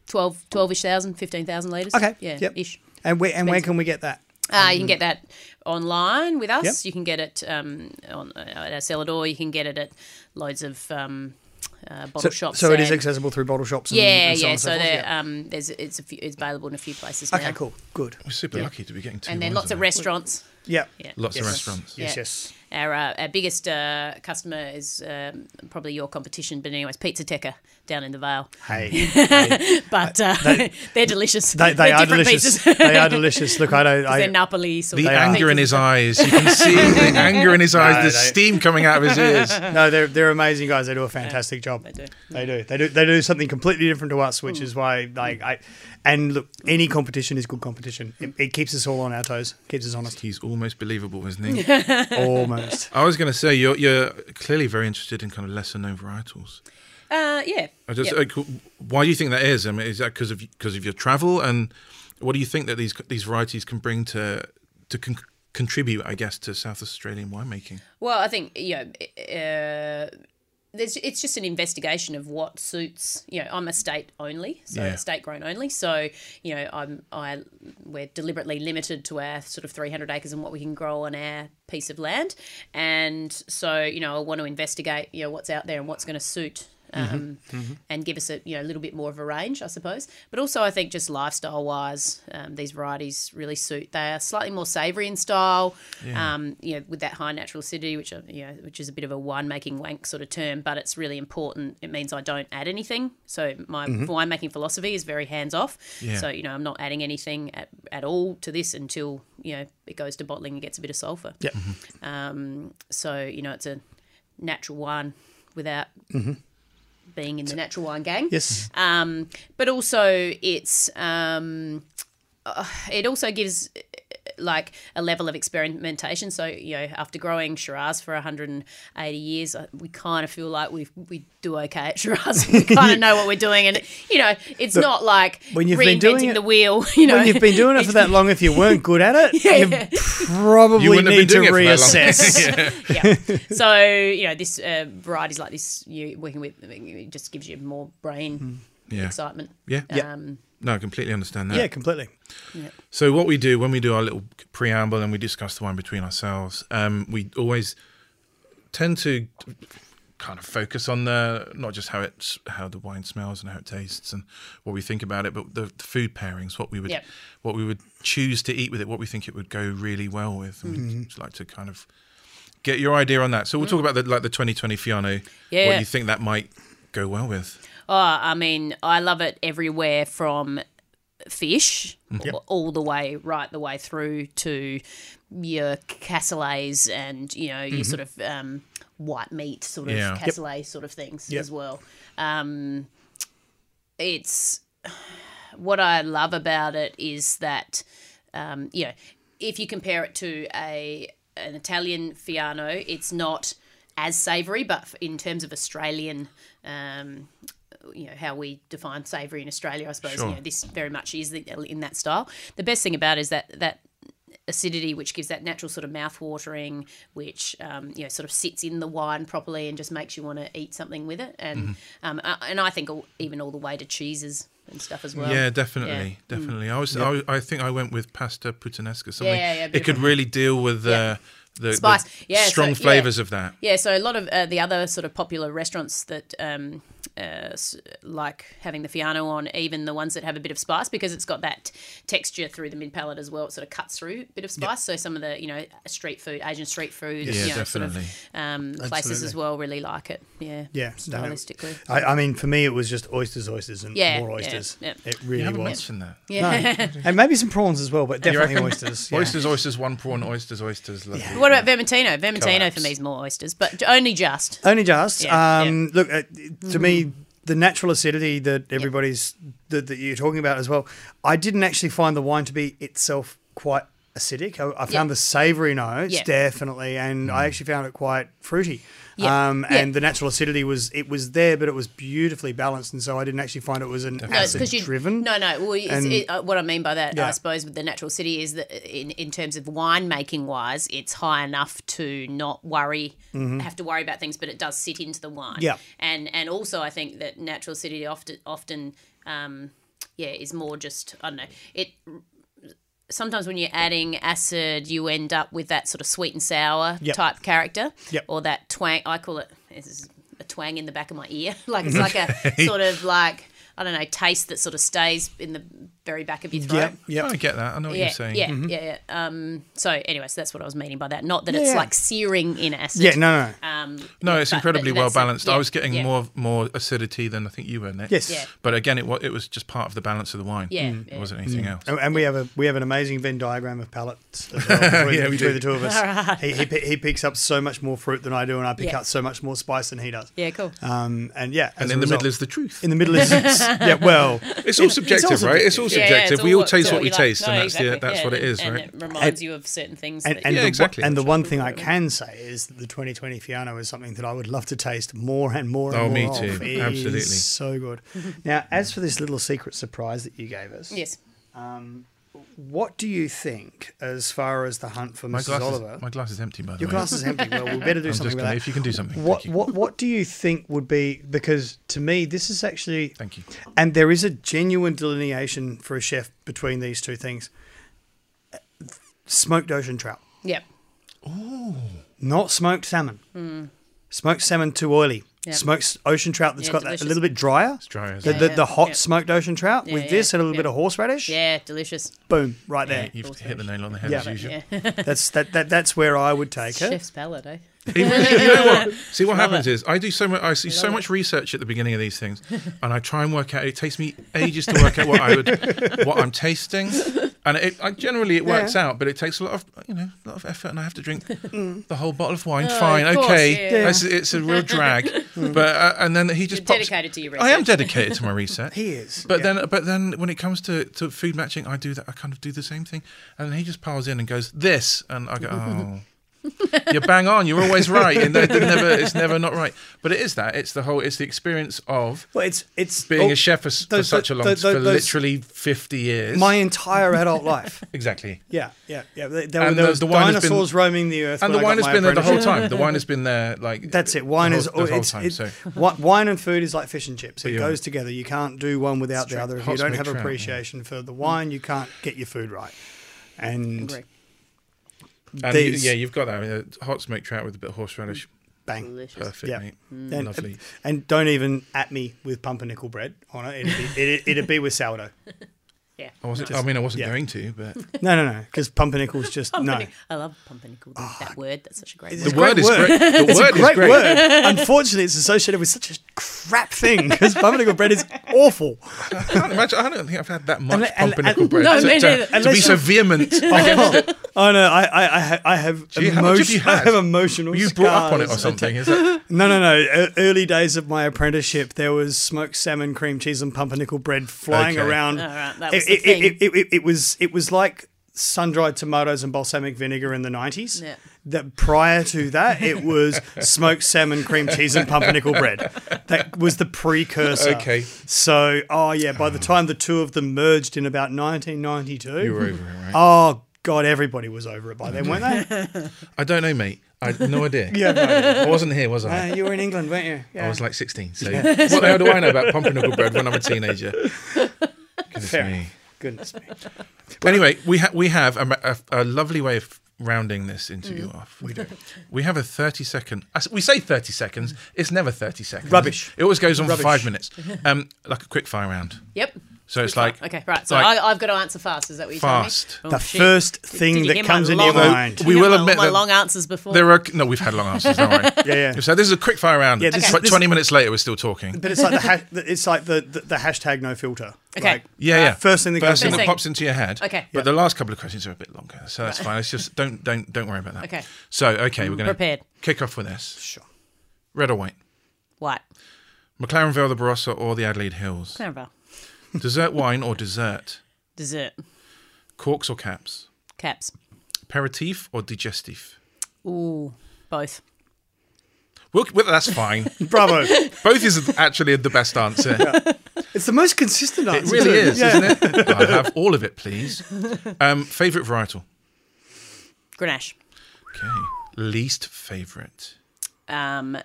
Speaker 3: 12, 12-ish thousand, 15,000 litres.
Speaker 1: Okay.
Speaker 3: Yeah,
Speaker 1: Yep.
Speaker 3: ish.
Speaker 1: And where and where can we get that?
Speaker 3: Uh, you can get that online with us.
Speaker 1: Um, Yep.
Speaker 3: You can get it um, on, uh, at our Celador. You can get it at loads of um, uh,
Speaker 1: So,
Speaker 3: bottle shops.
Speaker 1: so it is
Speaker 3: and-
Speaker 1: accessible through bottle shops. And,
Speaker 3: yeah,
Speaker 1: and so on
Speaker 3: yeah.
Speaker 1: and so
Speaker 3: So,
Speaker 1: forth,
Speaker 3: there,
Speaker 1: yeah.
Speaker 3: um, there's it's a few, it's available in a few places now.
Speaker 1: okay, cool, good.
Speaker 2: We're super lucky to be getting two.
Speaker 3: And then
Speaker 2: wines
Speaker 3: lots
Speaker 2: in
Speaker 3: of
Speaker 2: there.
Speaker 3: restaurants.
Speaker 1: Yeah.
Speaker 3: Yeah.
Speaker 2: Lots of
Speaker 1: Yes.
Speaker 2: restaurants.
Speaker 1: Yes,
Speaker 3: Yeah.
Speaker 1: yes.
Speaker 3: Our, uh, our biggest uh, customer is um, probably your competition, but anyways, Pizza Tecker down in the Vale.
Speaker 1: Hey.
Speaker 3: But uh, they, are delicious.
Speaker 1: They, they
Speaker 3: They're
Speaker 1: are
Speaker 3: different
Speaker 1: delicious.
Speaker 3: pizzas.
Speaker 1: they are delicious. Look, I don't. I,
Speaker 3: They're Napoli sort
Speaker 2: The
Speaker 3: of
Speaker 2: anger in
Speaker 3: pizzas.
Speaker 2: his eyes. You can see the anger in his eyes, the
Speaker 1: they-
Speaker 2: steam coming out of his ears.
Speaker 1: no, they're they're amazing guys. They do a fantastic job.
Speaker 3: they do.
Speaker 1: They do. They do. They do something completely different to us,
Speaker 2: Hmm.
Speaker 1: which is why like I. And look, any competition is good competition. It,
Speaker 2: Hmm.
Speaker 1: it keeps us all on our toes. Keeps us honest.
Speaker 2: He's almost believable, isn't he?
Speaker 1: Almost.
Speaker 2: I was going to say you're you're clearly very interested in kind of lesser known varietals.
Speaker 3: Uh, yeah.
Speaker 2: I just
Speaker 3: Yep.
Speaker 2: uh, cool. why do you think that is? I mean, is that because of because of your travel and what do you think that these these varieties can bring to to con- contribute? I guess to South Australian winemaking.
Speaker 3: Well, I think you know, uh, there's it's just an investigation of what suits. You know, I'm a state only, so
Speaker 2: Yeah.
Speaker 3: state grown only. So you know, I'm I we're deliberately limited to our sort of 300 acres and what we can grow on our piece of land, and so you know, I want to investigate you know what's out there and what's going to suit. Um, And give us a you know a little bit more of a range, I suppose. But also, I think just lifestyle wise, um, these varieties really suit. They are slightly more savoury in style, um, you know, with that high natural acidity, which are, you know, which is a bit of a winemaking wank sort of term, but it's really important. It means I don't add anything. So my winemaking philosophy is very hands off.
Speaker 2: Yeah.
Speaker 3: So you know, I'm not adding anything at, at all to this until you know it goes to bottling and gets a bit of sulphur.
Speaker 1: Yeah.
Speaker 2: Mm-hmm.
Speaker 3: Um, so you know, it's a natural wine without being in the natural wine gang.
Speaker 1: Yes.
Speaker 3: Um, but also, it's um, uh, it also gives uh, like a level of experimentation. So you know, after growing Shiraz for 180 years, I- we kind of feel like we we do okay at Shiraz. we kind of know what we're doing, and you know, it's not like
Speaker 1: when you've
Speaker 3: reinventing
Speaker 1: been doing it-
Speaker 3: the wheel. You know,
Speaker 1: When you've been doing it for that long, if you weren't good at it, you probably
Speaker 2: You wouldn't have
Speaker 1: need to
Speaker 2: been doing it for that long.
Speaker 1: reassess.
Speaker 3: yeah. So you know, this uh, varieties like this, you working with it just gives you more
Speaker 1: Mm.
Speaker 3: brain
Speaker 2: Yeah,
Speaker 3: excitement.
Speaker 2: yeah,
Speaker 3: Um,
Speaker 2: No, I completely understand that.
Speaker 1: yeah, completely.
Speaker 2: So what we do when we do our little preamble and we discuss the wine between ourselves, um, we always tend to kind of focus on the not just how it's how the wine smells and how it tastes and what we think about it, but the, the food pairings, what we would
Speaker 3: Yep.
Speaker 2: what we would choose to eat with it, what we think it would go really well with. And We'd just like to kind of get your idea on that. So we'll talk about the like the 2020 Fiano.
Speaker 3: Mm. Yeah, yeah.
Speaker 2: What you think that might go well with?
Speaker 3: Oh, I mean, I love it everywhere from fish all, all the way right the way through to your cassoulets and you know your sort of um, white meat sort of
Speaker 2: Mm-hmm. Yeah. Yep.
Speaker 3: cassoulet sort of things as well. Um, it's what I love about it is that um, you know if you compare it to a an Italian Fiano, it's not as savoury, but f- in terms of Australian. Um, you know how we define savoury in Australia. I suppose
Speaker 2: Sure.
Speaker 3: you know this very much is the- in that style. The best thing about it is that that acidity, which gives that natural sort of mouth watering, which um, you know sort of sits in the wine properly and just makes you want to eat something with it. And
Speaker 2: Mm-hmm.
Speaker 3: um, uh, and I think all, even all the way to cheeses and stuff as well. Mm.
Speaker 2: yeah, definitely, definitely. I was, I was- I, think I went with pasta puttanesca. Something
Speaker 3: Yeah, yeah,
Speaker 2: it could
Speaker 3: beautiful.
Speaker 2: really deal with the the, the
Speaker 3: Spice. Yeah, so-
Speaker 2: strong
Speaker 3: yeah.
Speaker 2: flavors of that.
Speaker 3: Yeah, so a lot of uh, the other sort of popular restaurants that um, uh, s- like having the Fiano on, even the ones that have a bit of spice, because it's got that texture through the mid palate as well. It sort of cuts through a bit of spice. So some of the you know street food, Asian street food,
Speaker 2: Yeah,
Speaker 3: you know, sort of,
Speaker 2: definitely.
Speaker 3: um, places
Speaker 1: Absolutely.
Speaker 3: as well really like it. Yeah,
Speaker 1: Yeah, Uh, no.
Speaker 3: stylistically.
Speaker 1: I, I mean, for me, it was just oysters, oysters, and
Speaker 3: Yeah,
Speaker 1: more
Speaker 3: yeah,
Speaker 1: oysters.
Speaker 3: yeah.
Speaker 1: It
Speaker 2: You
Speaker 1: really
Speaker 2: haven't
Speaker 1: was.
Speaker 2: mentioned that.
Speaker 3: Yeah.
Speaker 1: No. and maybe some prawns as well, but
Speaker 2: You
Speaker 1: definitely
Speaker 2: reckon?
Speaker 1: oysters. yeah.
Speaker 2: Oysters, oysters, one prawn, oysters, oysters. Lovely.
Speaker 3: What about Vermentino? Vermentino
Speaker 2: Collapse.
Speaker 3: for me is more oysters, but only just.
Speaker 1: Only just.
Speaker 3: Yeah, Mm-hmm.
Speaker 1: um, Look, uh, to me, the natural acidity that everybody's that, that you're talking about as well. I didn't actually find the wine to be itself quite acidic. I, I found
Speaker 3: Yeah.
Speaker 1: the savoury notes
Speaker 3: Yeah.
Speaker 1: definitely, and I actually found it quite fruity.
Speaker 3: Yeah,
Speaker 1: Um,
Speaker 3: yeah.
Speaker 1: and the natural acidity was it was there, but it was beautifully balanced, and so I didn't actually find it was an
Speaker 2: Definitely. No, it's
Speaker 1: acid
Speaker 3: 'cause you-
Speaker 1: driven.
Speaker 3: No, no. Well, it's,
Speaker 1: And-
Speaker 3: it, uh, what I mean by that,
Speaker 1: Yeah.
Speaker 3: I suppose, with the natural city is that in, in terms of wine making wise, it's high enough to not worry, have to worry about things, but it does sit into the wine.
Speaker 1: Mm-hmm. Yeah.
Speaker 3: And and also, I think that natural city often often, um, yeah, is more just I don't know it. Sometimes when you're adding acid, you end up with that sort of sweet and sour
Speaker 1: Yep.
Speaker 3: type character,
Speaker 1: Yep.
Speaker 3: or that twang. I call it this is a twang in the back of my ear, like
Speaker 2: Mm-hmm.
Speaker 3: it's like a sort of like I don't know taste that sort of stays in the very back of your throat.
Speaker 1: Yep, yep.
Speaker 2: I get that. I know what
Speaker 3: Yeah,
Speaker 2: you're saying. Mm. mm-hmm.
Speaker 3: yeah, yeah, yeah. Um, so, anyway, so that's what I was meaning by that. Not that it's
Speaker 1: Yeah.
Speaker 3: like searing in acid.
Speaker 1: Yeah, no, no.
Speaker 3: Um,
Speaker 2: No, it's
Speaker 3: but- but
Speaker 2: incredibly well
Speaker 3: that's it.
Speaker 2: balanced. I
Speaker 3: Yeah,
Speaker 2: was getting
Speaker 3: yeah.
Speaker 2: more more acidity than I think you were, Nick.
Speaker 1: Yes. Yeah.
Speaker 2: But again, it was it was just part of the balance of the wine.
Speaker 3: Yeah, Mm.
Speaker 2: It wasn't anything else.
Speaker 1: And, and we have a we have an amazing Venn diagram of palates as well, between,
Speaker 2: Yeah, we
Speaker 1: between
Speaker 2: do.
Speaker 1: the two of us. He, he, pi- he picks up so much more fruit than I do, and I pick
Speaker 3: Yeah.
Speaker 1: up so much more spice than he does.
Speaker 3: Yeah, cool.
Speaker 2: Uh,
Speaker 1: Um, and yeah,
Speaker 2: And in the middle is the truth.
Speaker 1: in the middle is yeah. Well,
Speaker 2: It's all subjective, right? It's all
Speaker 3: Yeah, yeah,
Speaker 2: subjective.
Speaker 3: it's
Speaker 2: we all
Speaker 3: what- it's
Speaker 2: taste what we
Speaker 3: you like.
Speaker 2: taste,
Speaker 3: No,
Speaker 2: and that's the,
Speaker 3: exactly.
Speaker 2: that's
Speaker 3: Yeah,
Speaker 2: what it
Speaker 3: and-
Speaker 2: is,
Speaker 3: and
Speaker 2: right?
Speaker 3: It reminds you of certain things.
Speaker 1: and,
Speaker 3: that
Speaker 1: and
Speaker 3: you-
Speaker 2: Yeah,
Speaker 1: the,
Speaker 2: exactly.
Speaker 1: And the one thing I can say is that the 2020 Fiano is something that I would love to taste more and more and
Speaker 2: Oh,
Speaker 1: more
Speaker 2: me
Speaker 1: of.
Speaker 2: too.
Speaker 1: It is
Speaker 2: Absolutely.
Speaker 1: so good. Now, as for this little secret surprise that you gave us,
Speaker 3: yes.
Speaker 1: what do you think as far as the hunt for
Speaker 2: My
Speaker 1: Mrs.
Speaker 2: glass,
Speaker 1: Oliver?
Speaker 2: is, my glass is empty, by the
Speaker 1: Your
Speaker 2: way.
Speaker 1: glass is empty. Well, we better do something
Speaker 2: I'm just
Speaker 1: about
Speaker 2: gonna,
Speaker 1: that.
Speaker 2: if you can do something.
Speaker 1: What
Speaker 2: thank you.
Speaker 1: what what do you think would be because to me this is actually
Speaker 2: Thank you.
Speaker 1: and there is a genuine delineation for a chef between these two things. Smoked ocean trout,
Speaker 3: Yep.
Speaker 1: not smoked salmon. Smoked salmon too oily.
Speaker 3: Hmm. Yeah.
Speaker 1: Smoked ocean trout that's
Speaker 3: Yeah,
Speaker 1: got that
Speaker 3: delicious.
Speaker 1: a little bit drier.
Speaker 2: dry as
Speaker 1: The,
Speaker 2: well.
Speaker 1: the,
Speaker 3: Yeah.
Speaker 1: the hot
Speaker 3: Yeah.
Speaker 1: smoked ocean trout with
Speaker 3: yeah,
Speaker 1: this and a little bit
Speaker 3: yeah.
Speaker 1: of horseradish.
Speaker 3: Yeah, delicious.
Speaker 1: Boom, right there.
Speaker 2: You've
Speaker 3: Thoughts,
Speaker 2: hit the nail on the head
Speaker 1: Yeah.
Speaker 2: as usual.
Speaker 3: Yeah.
Speaker 1: That's that, that that's where I would take it.
Speaker 3: Chef's palate, eh?
Speaker 2: It really- you know what? See what happens is I do so much. I see so much research at the beginning of these things, and I try and work out. It takes me ages to work out what I would, what I'm tasting, and it I, generally it works out. But it takes a lot of you know a lot of effort, and I have to drink the whole bottle of wine. Fine,
Speaker 3: Mm. Oh, of course,
Speaker 2: okay,
Speaker 3: yeah. Mm.
Speaker 2: It's, it's a real drag. but uh, and then he just
Speaker 3: You're
Speaker 2: pops-
Speaker 3: dedicated to your
Speaker 2: I am
Speaker 3: research.
Speaker 2: dedicated to my research.
Speaker 1: He is,
Speaker 2: But
Speaker 1: yeah.
Speaker 2: then, but then when it comes to, to food matching, I do that. I kind of do the same thing, and he just piles in and goes this, and I go oh. you're bang on. You're always right. And they're- they're never, it's never not right. But it is that. It's the whole. It's the experience of
Speaker 1: Well, it's it's
Speaker 2: being
Speaker 1: oh,
Speaker 2: a chef for, s- for
Speaker 1: those-
Speaker 2: such a long,
Speaker 1: those-
Speaker 2: for
Speaker 1: those-
Speaker 2: literally fifty years.
Speaker 1: my entire adult life.
Speaker 2: exactly.
Speaker 1: Yeah, yeah, yeah. There, there, were-
Speaker 2: And
Speaker 1: there
Speaker 2: the-
Speaker 1: was
Speaker 2: the wine has been-
Speaker 1: dinosaurs roaming the earth,
Speaker 2: And
Speaker 1: when
Speaker 2: the
Speaker 1: I
Speaker 2: wine
Speaker 1: got
Speaker 2: has
Speaker 1: my
Speaker 2: been there the whole
Speaker 1: apprenticeship.
Speaker 2: time. The wine has been there. Like
Speaker 1: That's it. Wine
Speaker 2: the
Speaker 1: is
Speaker 2: whole, the whole
Speaker 1: it's,
Speaker 2: time.
Speaker 1: it's-
Speaker 2: so
Speaker 1: wi- wine and food is like fish and chips. It
Speaker 2: Yeah.
Speaker 1: goes together. You can't do one without the
Speaker 2: true.
Speaker 1: other. If
Speaker 2: Hot
Speaker 1: you don't
Speaker 2: smoked
Speaker 1: have
Speaker 2: trout, yeah.
Speaker 1: appreciation for the wine, you can't get your food right. And
Speaker 3: Agree.
Speaker 2: and you-
Speaker 1: these-
Speaker 2: yeah, you've got that I mean, uh, hot smoked trout with a bit of horseradish.
Speaker 1: Bang.
Speaker 3: Delicious.
Speaker 2: Perfect,
Speaker 1: Yeah.
Speaker 2: mate.
Speaker 1: And,
Speaker 2: Lovely.
Speaker 1: And don't even at me with pumpernickel bread on it. It'd be, it'd, it'd be with sourdough.
Speaker 3: Yeah.
Speaker 2: I, wasn't, I mean, I wasn't
Speaker 1: yeah.
Speaker 2: going to, but
Speaker 1: No, no, no. Because pumpernickel's just no. Ah,
Speaker 3: Pumpernickel. I love pumpernickel. that word. That's such a great
Speaker 1: It's
Speaker 3: word.
Speaker 1: a
Speaker 2: the word
Speaker 1: great word.
Speaker 2: is great. The
Speaker 1: It's
Speaker 2: word
Speaker 1: a great,
Speaker 2: is great.
Speaker 1: word. Unfortunately, it's associated with such a crap thing because pumpernickel bread is awful.
Speaker 2: I can't imagine. I don't think I've had that much
Speaker 1: Unle- unle-
Speaker 2: pumpernickel bread.
Speaker 3: No,
Speaker 2: to,
Speaker 3: me
Speaker 2: to-
Speaker 3: neither.
Speaker 2: to
Speaker 1: Unless
Speaker 2: be so
Speaker 1: you-
Speaker 2: vehement.
Speaker 1: Oh, oh, no, I, I, I have, I have,
Speaker 2: Gee, how much have you
Speaker 1: emotion, I
Speaker 2: had?
Speaker 1: have emotional.
Speaker 2: you brought up on it or
Speaker 1: scars.
Speaker 2: something. Is it?
Speaker 1: No, no, no. E- Early days of my apprenticeship, there was smoked salmon, cream cheese, and pumpernickel bread flying
Speaker 2: Okay.
Speaker 1: around.
Speaker 3: All right, that
Speaker 1: It-
Speaker 3: was the
Speaker 1: it,
Speaker 3: thing.
Speaker 1: It, it, it, it was it was like sun-dried tomatoes and balsamic vinegar in the nineties.
Speaker 3: Yeah.
Speaker 1: That prior to that, it was smoked salmon, cream cheese, and pumpernickel bread. That was the precursor.
Speaker 2: Okay.
Speaker 1: So, oh yeah, by the time the two of them merged in about 1992,
Speaker 2: You were over it, right?
Speaker 1: oh god, everybody was over it by then, weren't they?
Speaker 2: I don't know, mate. I had no idea.
Speaker 1: Yeah, no.
Speaker 2: I wasn't here, was I?
Speaker 1: Uh, you were in England, weren't you? Yeah.
Speaker 2: I was like 16. So what the hell do I know about pumpernickel bread when I'm a teenager? Goodness
Speaker 1: Fair.
Speaker 2: me.
Speaker 1: Goodness me.
Speaker 2: anyway, we ha- we have a, ma- a, a lovely way of rounding this interview
Speaker 1: Mm.
Speaker 2: off. We do. We have a 30 second. I s- We say 30 seconds. It's never 30 seconds.
Speaker 1: Mm. Rubbish.
Speaker 2: It always goes on for
Speaker 1: Rubbish.
Speaker 2: five minutes. Um, like a quick fire round.
Speaker 3: Yep.
Speaker 2: So it's like
Speaker 3: Okay, right. So
Speaker 2: like-
Speaker 3: I, I've got to answer fast. Is that what you're
Speaker 2: Fast.
Speaker 3: telling me? Oh,
Speaker 1: The first thing that comes into your mind.
Speaker 2: We
Speaker 3: We
Speaker 2: will
Speaker 3: will my,
Speaker 2: admit
Speaker 3: my
Speaker 2: that
Speaker 3: long answers before.
Speaker 2: There are no. We've had long answers. Don't worry.
Speaker 1: Yeah, yeah.
Speaker 2: So this is a quick fire round.
Speaker 1: Yeah, this-
Speaker 2: but
Speaker 1: this-
Speaker 2: 20 minutes later, we're still talking.
Speaker 1: But it's like the ha- it's like the, the, the hashtag no filter.
Speaker 3: Okay.
Speaker 1: Like,
Speaker 2: Yeah, yeah.
Speaker 1: First thing that
Speaker 2: First
Speaker 1: comes
Speaker 2: thing
Speaker 1: to
Speaker 2: that
Speaker 3: mind.
Speaker 2: pops into your head.
Speaker 3: Okay.
Speaker 2: But
Speaker 3: Yeah.
Speaker 2: the last couple of questions are a bit longer, so that's fine. It's just don't don't don't worry about that.
Speaker 3: Okay.
Speaker 2: So okay, we're gonna
Speaker 3: prepared.
Speaker 2: kick off with this.
Speaker 1: Sure.
Speaker 2: Red or white?
Speaker 3: White.
Speaker 2: McLaren Vale, the Barossa, or the Adelaide Hills?
Speaker 3: Clarabelle.
Speaker 2: dessert wine or dessert?
Speaker 3: Dessert.
Speaker 2: Corks or caps?
Speaker 3: Caps.
Speaker 2: Aperitif or digestif?
Speaker 3: Ooh. Both.
Speaker 2: Well, well that's fine.
Speaker 1: Bravo.
Speaker 2: Both is actually the best answer.
Speaker 1: it's the most consistent
Speaker 2: It
Speaker 1: answer.
Speaker 2: really
Speaker 1: too.
Speaker 2: is, isn't it? I have all of it, please. Um, favorite varietal?
Speaker 3: Grenache.
Speaker 2: Okay. Least favorite.
Speaker 3: Um,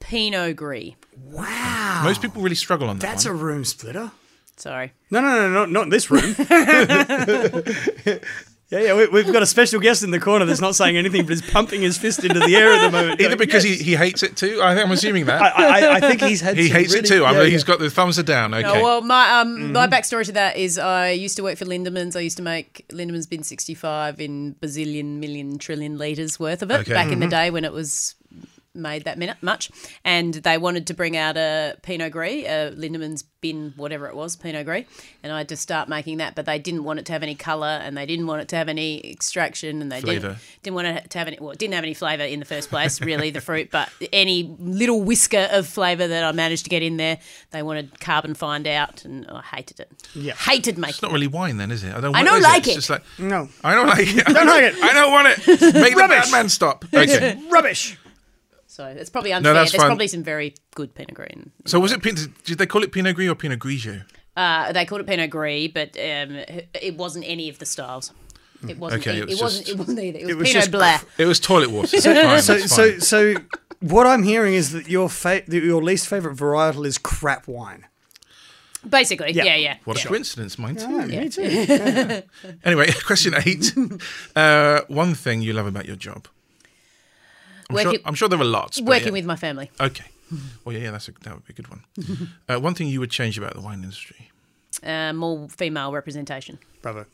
Speaker 3: Pinot Gris.
Speaker 1: Wow.
Speaker 2: Most people really struggle on that.
Speaker 1: That's a
Speaker 2: one.
Speaker 1: room splitter.
Speaker 3: Sorry.
Speaker 1: No, no, no, no, not in this room. yeah, yeah. We, we've got a special guest in the corner that's not saying anything, but is pumping his fist into the air at the moment.
Speaker 2: either because he, he hates it too. I think I'm assuming that
Speaker 1: I, I, I think he's had.
Speaker 2: he
Speaker 1: some
Speaker 2: hates it
Speaker 1: really-
Speaker 2: too. I
Speaker 1: yeah,
Speaker 2: mean,
Speaker 1: yeah.
Speaker 2: he's got the thumbs are down. Okay. Mm-hmm.
Speaker 3: No, well, my um, my backstory to that is I used to work for Lindeman's. I used to make Lindeman's bin sixty five in bazillion, million, trillion liters worth of it
Speaker 2: Okay.
Speaker 3: back in the day when it was made that minute much, and they wanted to bring out a Pinot Gris, a Lindeman's bin whatever it was, Pinot Gris, and I had to start making that, but they didn't want it to have any color, and they didn't want it to have any extraction, and they
Speaker 2: Flavour.
Speaker 3: didn't didn't want it to have any well, it didn't have any flavour in the first place, really, the fruit, but any little whisker of flavour that I managed to get in there, they wanted carbon find out and I hated it.
Speaker 1: Yeah.
Speaker 2: it's
Speaker 3: Hated making
Speaker 2: not really wine then, is it? I don't.
Speaker 3: I
Speaker 2: want
Speaker 3: don't
Speaker 2: is
Speaker 3: like
Speaker 2: It's
Speaker 3: it.
Speaker 2: just like
Speaker 1: No.
Speaker 2: I don't like it. I don't
Speaker 1: like it.
Speaker 2: I don't want it. Make the bad man stop. Okay.
Speaker 1: Rubbish.
Speaker 3: so it's probably
Speaker 2: No,
Speaker 3: unfair.
Speaker 2: that's
Speaker 3: There's
Speaker 2: fine.
Speaker 3: probably some very good Pinot Gris. in-
Speaker 2: So was it? Pin- Did they call it Pinot Gris or Pinot Grigio?
Speaker 3: Uh, they called it Pinot Gris, but um, it wasn't any of the styles. It wasn't.
Speaker 2: Mm. Okay,
Speaker 3: e-
Speaker 2: it
Speaker 3: it,
Speaker 2: was
Speaker 3: wasn't.
Speaker 2: just-
Speaker 3: It wasn't either. It was,
Speaker 1: was
Speaker 3: Pinot
Speaker 1: just
Speaker 3: Blanc.
Speaker 2: It was toilet water. It's fine,
Speaker 1: So,
Speaker 2: it's
Speaker 1: so,
Speaker 2: fine.
Speaker 1: so, what I'm hearing is that your fa- that your least favorite varietal is crap wine.
Speaker 3: Basically, yeah, yeah.
Speaker 2: What a
Speaker 3: yeah.
Speaker 2: coincidence, mine too.
Speaker 1: Me too.
Speaker 2: Anyway, question eight. Uh, one thing you love about your job? I'm, sure,
Speaker 3: Working-
Speaker 2: I'm sure there are lots. but
Speaker 3: Working
Speaker 2: yeah.
Speaker 3: with my family.
Speaker 2: Okay. Well, yeah, yeah, that's a, that would be a good one. Uh, one thing you would change about the wine industry?
Speaker 3: Uh, more female representation.
Speaker 1: Bravo.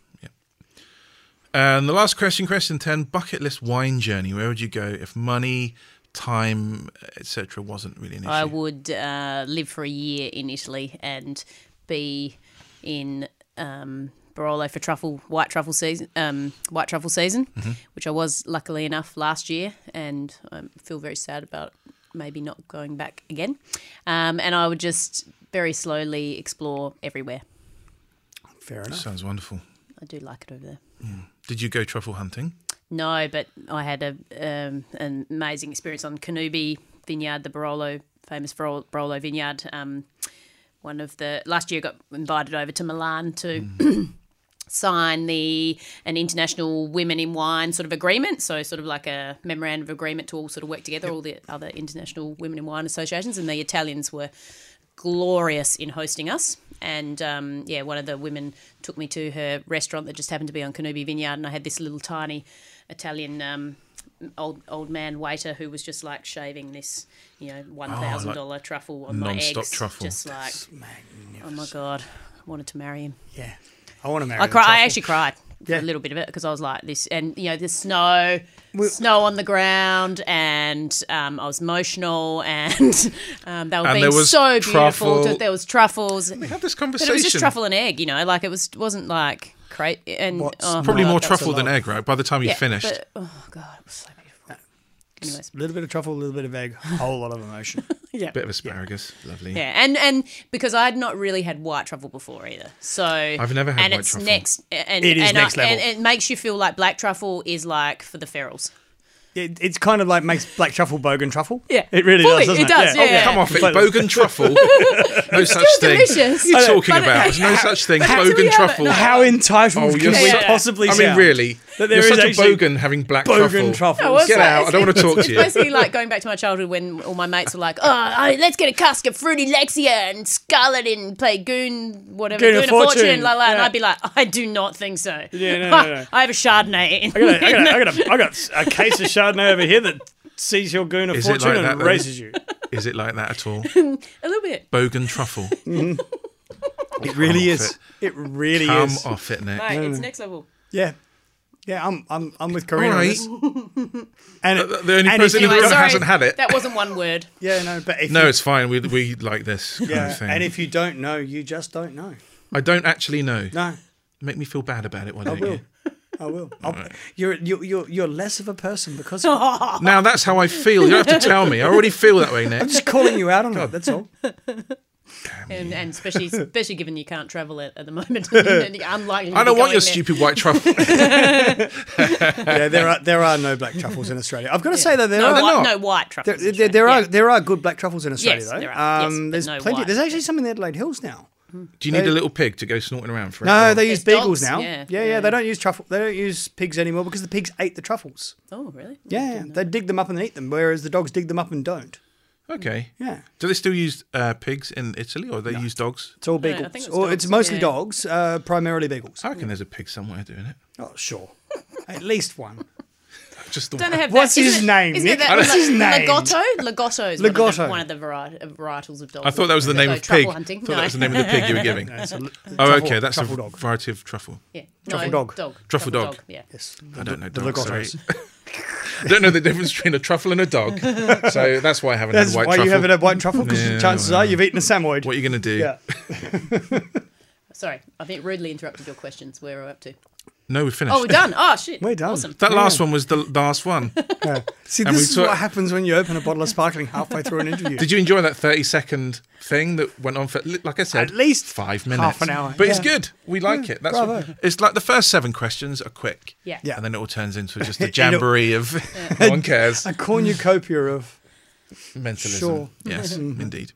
Speaker 2: And the last question, question 10 bucket list wine journey. Where would you go if money, time, etc., wasn't really an issue?
Speaker 3: I would uh, live for a year in Italy and be in um, Barolo for truffle, white truffle season, um, white truffle season, which I was luckily enough last year, and I feel very sad about maybe not going back again. Um, and I would just very slowly explore everywhere.
Speaker 1: Fair enough.
Speaker 2: Sounds wonderful.
Speaker 3: I do like it over there.
Speaker 2: Did you go truffle hunting?
Speaker 3: No, but I had a um, an amazing experience on Canubi Vineyard, the Barolo, famous Barolo Barolo Vineyard. Um, one of the last year got invited over to Milan to
Speaker 2: Mm.
Speaker 3: sign the an international women in wine sort of agreement so sort of like a memorandum of agreement to all sort of work together all the other international women in wine associations and the italians were glorious in hosting us and um, yeah one of the women took me to her restaurant that just happened to be on Canubi vineyard and i had this little tiny Italian um, old old man waiter who was just like sshaving this, you know, one thousand thousand dollar truffle on my
Speaker 2: Oh, non-stop
Speaker 3: eggs.
Speaker 2: truffle.
Speaker 3: Just like, oh my god, I wanted to marry him.
Speaker 1: Yeah. I want to marry.
Speaker 3: I
Speaker 1: the
Speaker 3: cry. I
Speaker 1: truffle.
Speaker 3: actually cried. for
Speaker 1: Yeah.
Speaker 3: A little bit of it because I was like this, and you know the snow, snow on the ground, and um, I was emotional, and um, they were
Speaker 2: And
Speaker 3: being
Speaker 2: there was
Speaker 3: so beautiful.
Speaker 2: truffle.
Speaker 3: There was truffles.
Speaker 2: We had this
Speaker 3: But
Speaker 2: conversation.
Speaker 3: it was just truffle and egg, you know. Like it was wasn't like cra And
Speaker 1: What's-
Speaker 3: oh my
Speaker 2: Probably
Speaker 3: God,
Speaker 2: more
Speaker 3: that was a
Speaker 2: truffle
Speaker 3: lot.
Speaker 2: than egg, right? By the time you
Speaker 3: Yeah,
Speaker 2: finished,
Speaker 3: but- oh god, it was so beautiful. Anyways,
Speaker 1: A little bit of truffle, a little bit of egg, a whole lot of emotion.
Speaker 3: yeah,
Speaker 2: bit of asparagus, lovely.
Speaker 3: yeah, and and because I had not really had white truffle before either, so I've
Speaker 2: never had
Speaker 3: and
Speaker 2: white
Speaker 3: it's
Speaker 2: truffle.
Speaker 3: Next, and
Speaker 1: It is
Speaker 3: and
Speaker 1: next
Speaker 3: I-
Speaker 1: level.
Speaker 3: And it makes you feel like black truffle is like for the ferals.
Speaker 1: It, it's kind of like makes black truffle bogan truffle.
Speaker 3: Yeah.
Speaker 1: It really
Speaker 3: Fully,
Speaker 1: does, doesn't
Speaker 3: it
Speaker 1: it?
Speaker 3: does, yeah.
Speaker 2: Come off it,
Speaker 1: Completely.
Speaker 2: bogan truffle. no such thing.
Speaker 3: delicious.
Speaker 2: What are
Speaker 3: I
Speaker 2: you
Speaker 3: know,
Speaker 2: talking
Speaker 3: but-
Speaker 2: about? There's no such thing.
Speaker 3: do we
Speaker 2: Bogan
Speaker 3: have it?
Speaker 2: truffle.
Speaker 3: No.
Speaker 1: How entitled
Speaker 2: Oh,
Speaker 1: can
Speaker 2: you're
Speaker 1: we
Speaker 2: so-
Speaker 1: possibly
Speaker 2: I mean,
Speaker 1: sound?
Speaker 2: really?
Speaker 1: That there
Speaker 2: You're
Speaker 1: is
Speaker 2: such a
Speaker 1: actually
Speaker 2: bogan having black
Speaker 1: Bogan truffle.
Speaker 3: No, it was
Speaker 2: Get
Speaker 3: like-
Speaker 2: out. I don't want to talk to
Speaker 3: It's
Speaker 2: you.
Speaker 3: basically like going back to my childhood when all my mates were like, "Oh, I- let's get a cask of fruity Lexia and Scarlet and play Goon, whatever,
Speaker 1: Goon of
Speaker 3: Goon, of Fortune,
Speaker 1: Fortune,
Speaker 3: la la." And
Speaker 1: yeah.
Speaker 3: I'd be like, "I do not think so.
Speaker 1: Yeah, no, no, no.
Speaker 3: I have a Chardonnay." In
Speaker 1: I got, a, I, got a, I, got a, I got a case of Chardonnay over here that sees your goon of
Speaker 2: Is it
Speaker 1: fortune
Speaker 2: like that, um,
Speaker 1: and
Speaker 2: though?
Speaker 1: raises you.
Speaker 2: Is it like that at all?
Speaker 3: a little bit.
Speaker 2: Bogan truffle.
Speaker 1: It really
Speaker 2: off
Speaker 1: is. It really
Speaker 2: Come
Speaker 1: is.
Speaker 2: off it, Nick.
Speaker 3: Mate, it's next level.
Speaker 1: Yeah. Yeah, I'm I'm I'm with
Speaker 2: All
Speaker 1: Karina. on
Speaker 2: right.
Speaker 1: this. And it-
Speaker 2: the only
Speaker 1: and if
Speaker 2: person
Speaker 1: you
Speaker 2: in the
Speaker 1: do-
Speaker 2: room
Speaker 3: sorry,
Speaker 2: hasn't had it.
Speaker 3: That wasn't one word.
Speaker 1: Yeah, no, but if
Speaker 2: No,
Speaker 1: you,
Speaker 2: it's fine. We, we like this kind
Speaker 1: yeah,
Speaker 2: of thing.
Speaker 1: and if you don't know, you just don't know.
Speaker 2: I don't actually know.
Speaker 1: No,
Speaker 2: Make me feel bad about it, why don't
Speaker 1: will.
Speaker 2: you?
Speaker 1: I will. I'll, You're you're you're you're less of a person because
Speaker 2: Now that's how I feel. You don't have to tell me. I already feel that way, Nick.
Speaker 1: just calling you out on it. That's all.
Speaker 3: And, and especially especially given you can't travel at, at the moment. and you're unlikely to
Speaker 2: I
Speaker 3: be
Speaker 2: don't want
Speaker 3: going
Speaker 2: your
Speaker 3: there.
Speaker 2: stupid white truffle.
Speaker 1: Yeah, there are there are no black truffles in Australia. I've got to say though, there
Speaker 3: No,
Speaker 1: are
Speaker 2: they're
Speaker 3: white,
Speaker 2: not.
Speaker 3: no white
Speaker 1: there,
Speaker 3: truffles. in
Speaker 1: there, there are
Speaker 3: Australia.
Speaker 1: there are good black truffles in Australia
Speaker 3: Yes,
Speaker 1: though. Um,
Speaker 3: there are. Yes, but
Speaker 1: there's
Speaker 3: no
Speaker 1: plenty.
Speaker 3: white.
Speaker 1: There's actually some in the Adelaide Hills now.
Speaker 2: Do you need a little pig to go snorting around for
Speaker 1: No,
Speaker 2: it? Oh,
Speaker 1: they use
Speaker 3: There's
Speaker 1: beagles
Speaker 3: dogs,
Speaker 1: now.
Speaker 3: yeah.
Speaker 1: Yeah, yeah, They don't use truffle. They don't use pigs anymore because the pigs ate the truffles.
Speaker 3: Oh, really?
Speaker 1: Yeah, they dig them up and eat them, whereas the dogs dig them up and don't.
Speaker 2: Okay.
Speaker 1: Yeah.
Speaker 2: Do they still use uh, pigs in Italy, or they use dogs?
Speaker 1: It's all
Speaker 3: No, I
Speaker 1: beagles,
Speaker 3: think it's
Speaker 1: or
Speaker 3: dogs,
Speaker 1: it's mostly
Speaker 3: yeah.
Speaker 1: dogs, uh, primarily beagles.
Speaker 2: I reckon there's a pig somewhere doing it.
Speaker 1: Oh, sure, at least one.
Speaker 2: Just the
Speaker 3: Don't
Speaker 2: one.
Speaker 3: have
Speaker 1: What's
Speaker 3: that-
Speaker 1: his
Speaker 3: isn't it-
Speaker 1: name,
Speaker 3: Isn't it
Speaker 1: Nick?
Speaker 3: that
Speaker 1: What's his name?
Speaker 3: Legato? Legato is One, of the,
Speaker 1: Legato.
Speaker 3: one of the variet- varietals of dogs.
Speaker 2: I thought that was the
Speaker 3: They
Speaker 2: name
Speaker 3: go
Speaker 2: of
Speaker 3: truffle
Speaker 2: pig.
Speaker 3: Hunting.
Speaker 2: thought
Speaker 3: no.
Speaker 2: that was the name of the pig you were giving.
Speaker 1: It's a li-
Speaker 2: Oh,
Speaker 1: truffle-
Speaker 2: okay. That's a
Speaker 1: truffle dog.
Speaker 2: variety of truffle.
Speaker 3: yeah.
Speaker 1: Truffle
Speaker 3: no,
Speaker 1: dog.
Speaker 3: dog.
Speaker 2: Truffle dog.
Speaker 3: Yeah.
Speaker 1: Yes,
Speaker 2: I don't know.
Speaker 1: the
Speaker 2: dogs, sorry.
Speaker 1: legatos.
Speaker 2: don't know the difference between a truffle and a dog, so that's why I haven't
Speaker 1: That's
Speaker 2: had white
Speaker 1: why
Speaker 2: truffle.
Speaker 1: you haven't had white truffle because
Speaker 2: Yeah,
Speaker 1: chances
Speaker 2: well,
Speaker 1: are you've eaten a samoyed.
Speaker 2: what are you going to do?
Speaker 1: yeah.
Speaker 3: Sorry, I think rudely interrupted your questions. Where are we up to?
Speaker 2: No, we finished.
Speaker 3: Oh, we're done. Oh, shit.
Speaker 1: We're done.
Speaker 3: Awesome.
Speaker 2: That
Speaker 1: Mm.
Speaker 2: last one was the last one.
Speaker 1: See,
Speaker 2: And
Speaker 1: this
Speaker 2: we
Speaker 1: is
Speaker 2: saw-
Speaker 1: what happens when you open a bottle of sparkling halfway through an interview.
Speaker 2: Did you enjoy that 30 second thing that went on for, li- like I said,
Speaker 1: At least
Speaker 2: five minutes?
Speaker 1: half an hour,
Speaker 2: But it's
Speaker 1: yeah. Mm,
Speaker 2: good. We like it. That's
Speaker 1: bravo.
Speaker 2: what- It's like the first seven questions are quick.
Speaker 3: Yeah.
Speaker 1: Yeah.
Speaker 2: And then it all turns into just a
Speaker 1: You know-
Speaker 2: jamboree of no one cares.
Speaker 1: a cornucopia of
Speaker 2: Mentalism.
Speaker 1: Sure. Mm-hmm.
Speaker 2: Yes, indeed.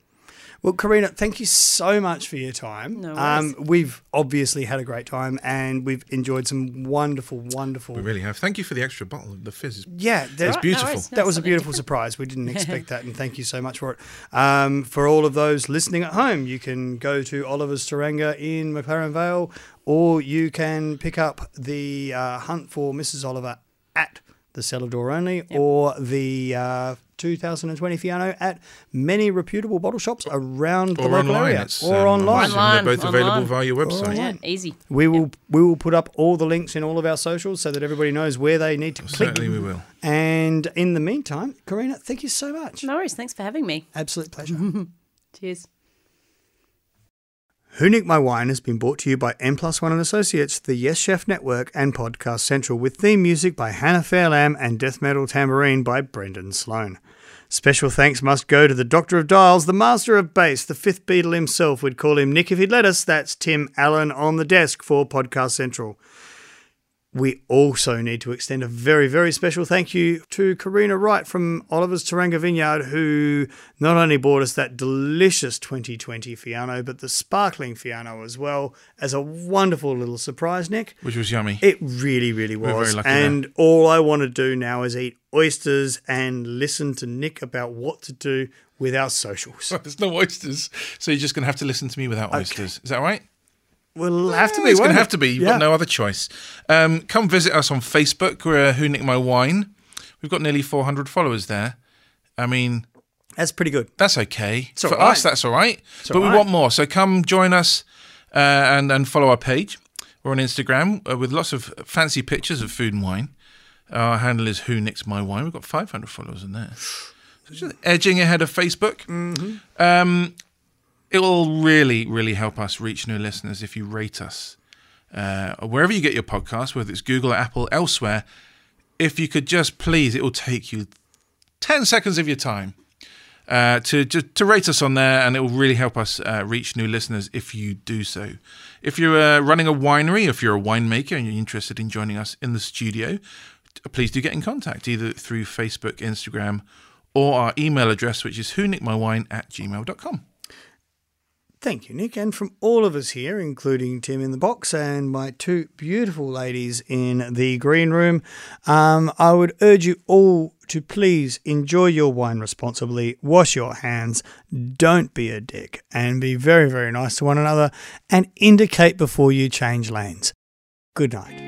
Speaker 1: Well, Karina, thank you so much for your time.
Speaker 3: No
Speaker 1: um, we've obviously had a great time and we've enjoyed some wonderful, wonderful.
Speaker 2: We really have. Thank you for the extra bottle. The fizz is
Speaker 1: yeah,
Speaker 2: It's
Speaker 1: that,
Speaker 2: beautiful.
Speaker 3: worries. No,
Speaker 1: that was a
Speaker 3: something
Speaker 1: beautiful
Speaker 3: different.
Speaker 1: surprise. We didn't expect that, and thank you so much for it. Um, for all of those listening at home, you can go to Oliver's Taranga in McLaren Vale, or you can pick up the uh, Hunt for Mrs. Oliver at the Cellar Door Only, or the uh, 2020 Fiano at many reputable bottle shops around the
Speaker 2: or
Speaker 1: local
Speaker 2: online.
Speaker 1: area,
Speaker 2: It's,
Speaker 1: or
Speaker 2: um,
Speaker 1: online.
Speaker 2: and
Speaker 3: Online,
Speaker 2: They're both
Speaker 3: online.
Speaker 2: available via your website.
Speaker 3: Yeah, easy.
Speaker 1: We will we will put up all the links in all of our socials so that everybody knows where they need to click.
Speaker 2: Certainly we will.
Speaker 1: And in the meantime, Karina, thank you so much.
Speaker 3: No worries. Thanks for having me.
Speaker 1: Absolute pleasure. Mm-hmm.
Speaker 3: Cheers.
Speaker 1: Who Nicked My Wine has been brought to you by M Plus One and Associates, the Yes Chef Network, and Podcast Central, with theme music by Hannah Fairlam and Death Metal Tambourine by Brendan Sloan. Special thanks must go to the Doctor of Dials, the Master of Bass, the Fifth Beatle himself. We'd call him Nick if he'd let us. That's Tim Allen on the desk for Podcast Central. We also need to extend a very, very special thank you to Karina Wright from Oliver's Taranga Vineyard, who not only bought us that delicious 2020 Fiano, but the sparkling Fiano as well, as a wonderful little surprise, Nick.
Speaker 2: Which was yummy.
Speaker 1: It really, really was.
Speaker 2: very lucky there.
Speaker 1: and all I want to do now is eat oysters and listen to Nick about what to do with our socials.
Speaker 2: There's no oysters. So you're just going to have to listen to me without oysters. Is that all right?
Speaker 1: We'll have to be.
Speaker 2: It's going
Speaker 1: won't
Speaker 2: to
Speaker 1: it?
Speaker 2: have to be. You've
Speaker 1: yeah.
Speaker 2: got no other choice. Um, come visit us on Facebook. We're uh, Who Nicked My Wine. We've got nearly 400 followers there. I mean,
Speaker 1: That's pretty good.
Speaker 2: that's okay.
Speaker 1: all
Speaker 2: For
Speaker 1: right.
Speaker 2: us, that's all right. but
Speaker 1: all
Speaker 2: we
Speaker 1: right.
Speaker 2: want more. So come join us uh, and, and follow our page. We're on Instagram uh, with lots of fancy pictures of food and wine. Our handle is Who Nicks My Wine. We've got 500 followers in there. So just edging ahead of Facebook.
Speaker 1: Mm-hmm.
Speaker 2: Um, it will really, really help us reach new listeners if you rate us. Uh, wherever you get your podcast, whether it's Google, Apple, elsewhere, if you could just please, it will take you 10 seconds of your time uh, to, to to rate us on there, and it will really help us uh, reach new listeners if you do so. If you're uh, running a winery, if you're a winemaker, and you're interested in joining us in the studio, t- please do get in contact either through Facebook, Instagram, or our email address, which is who nickmywine at gmail.com.
Speaker 1: Thank you, Nick. And from all of us here, including Tim in the box and my two beautiful ladies in the green room, um, I would urge you all to please enjoy your wine responsibly, wash your hands, don't be a dick, and be very, very nice to one another, and indicate before you change lanes. Good night.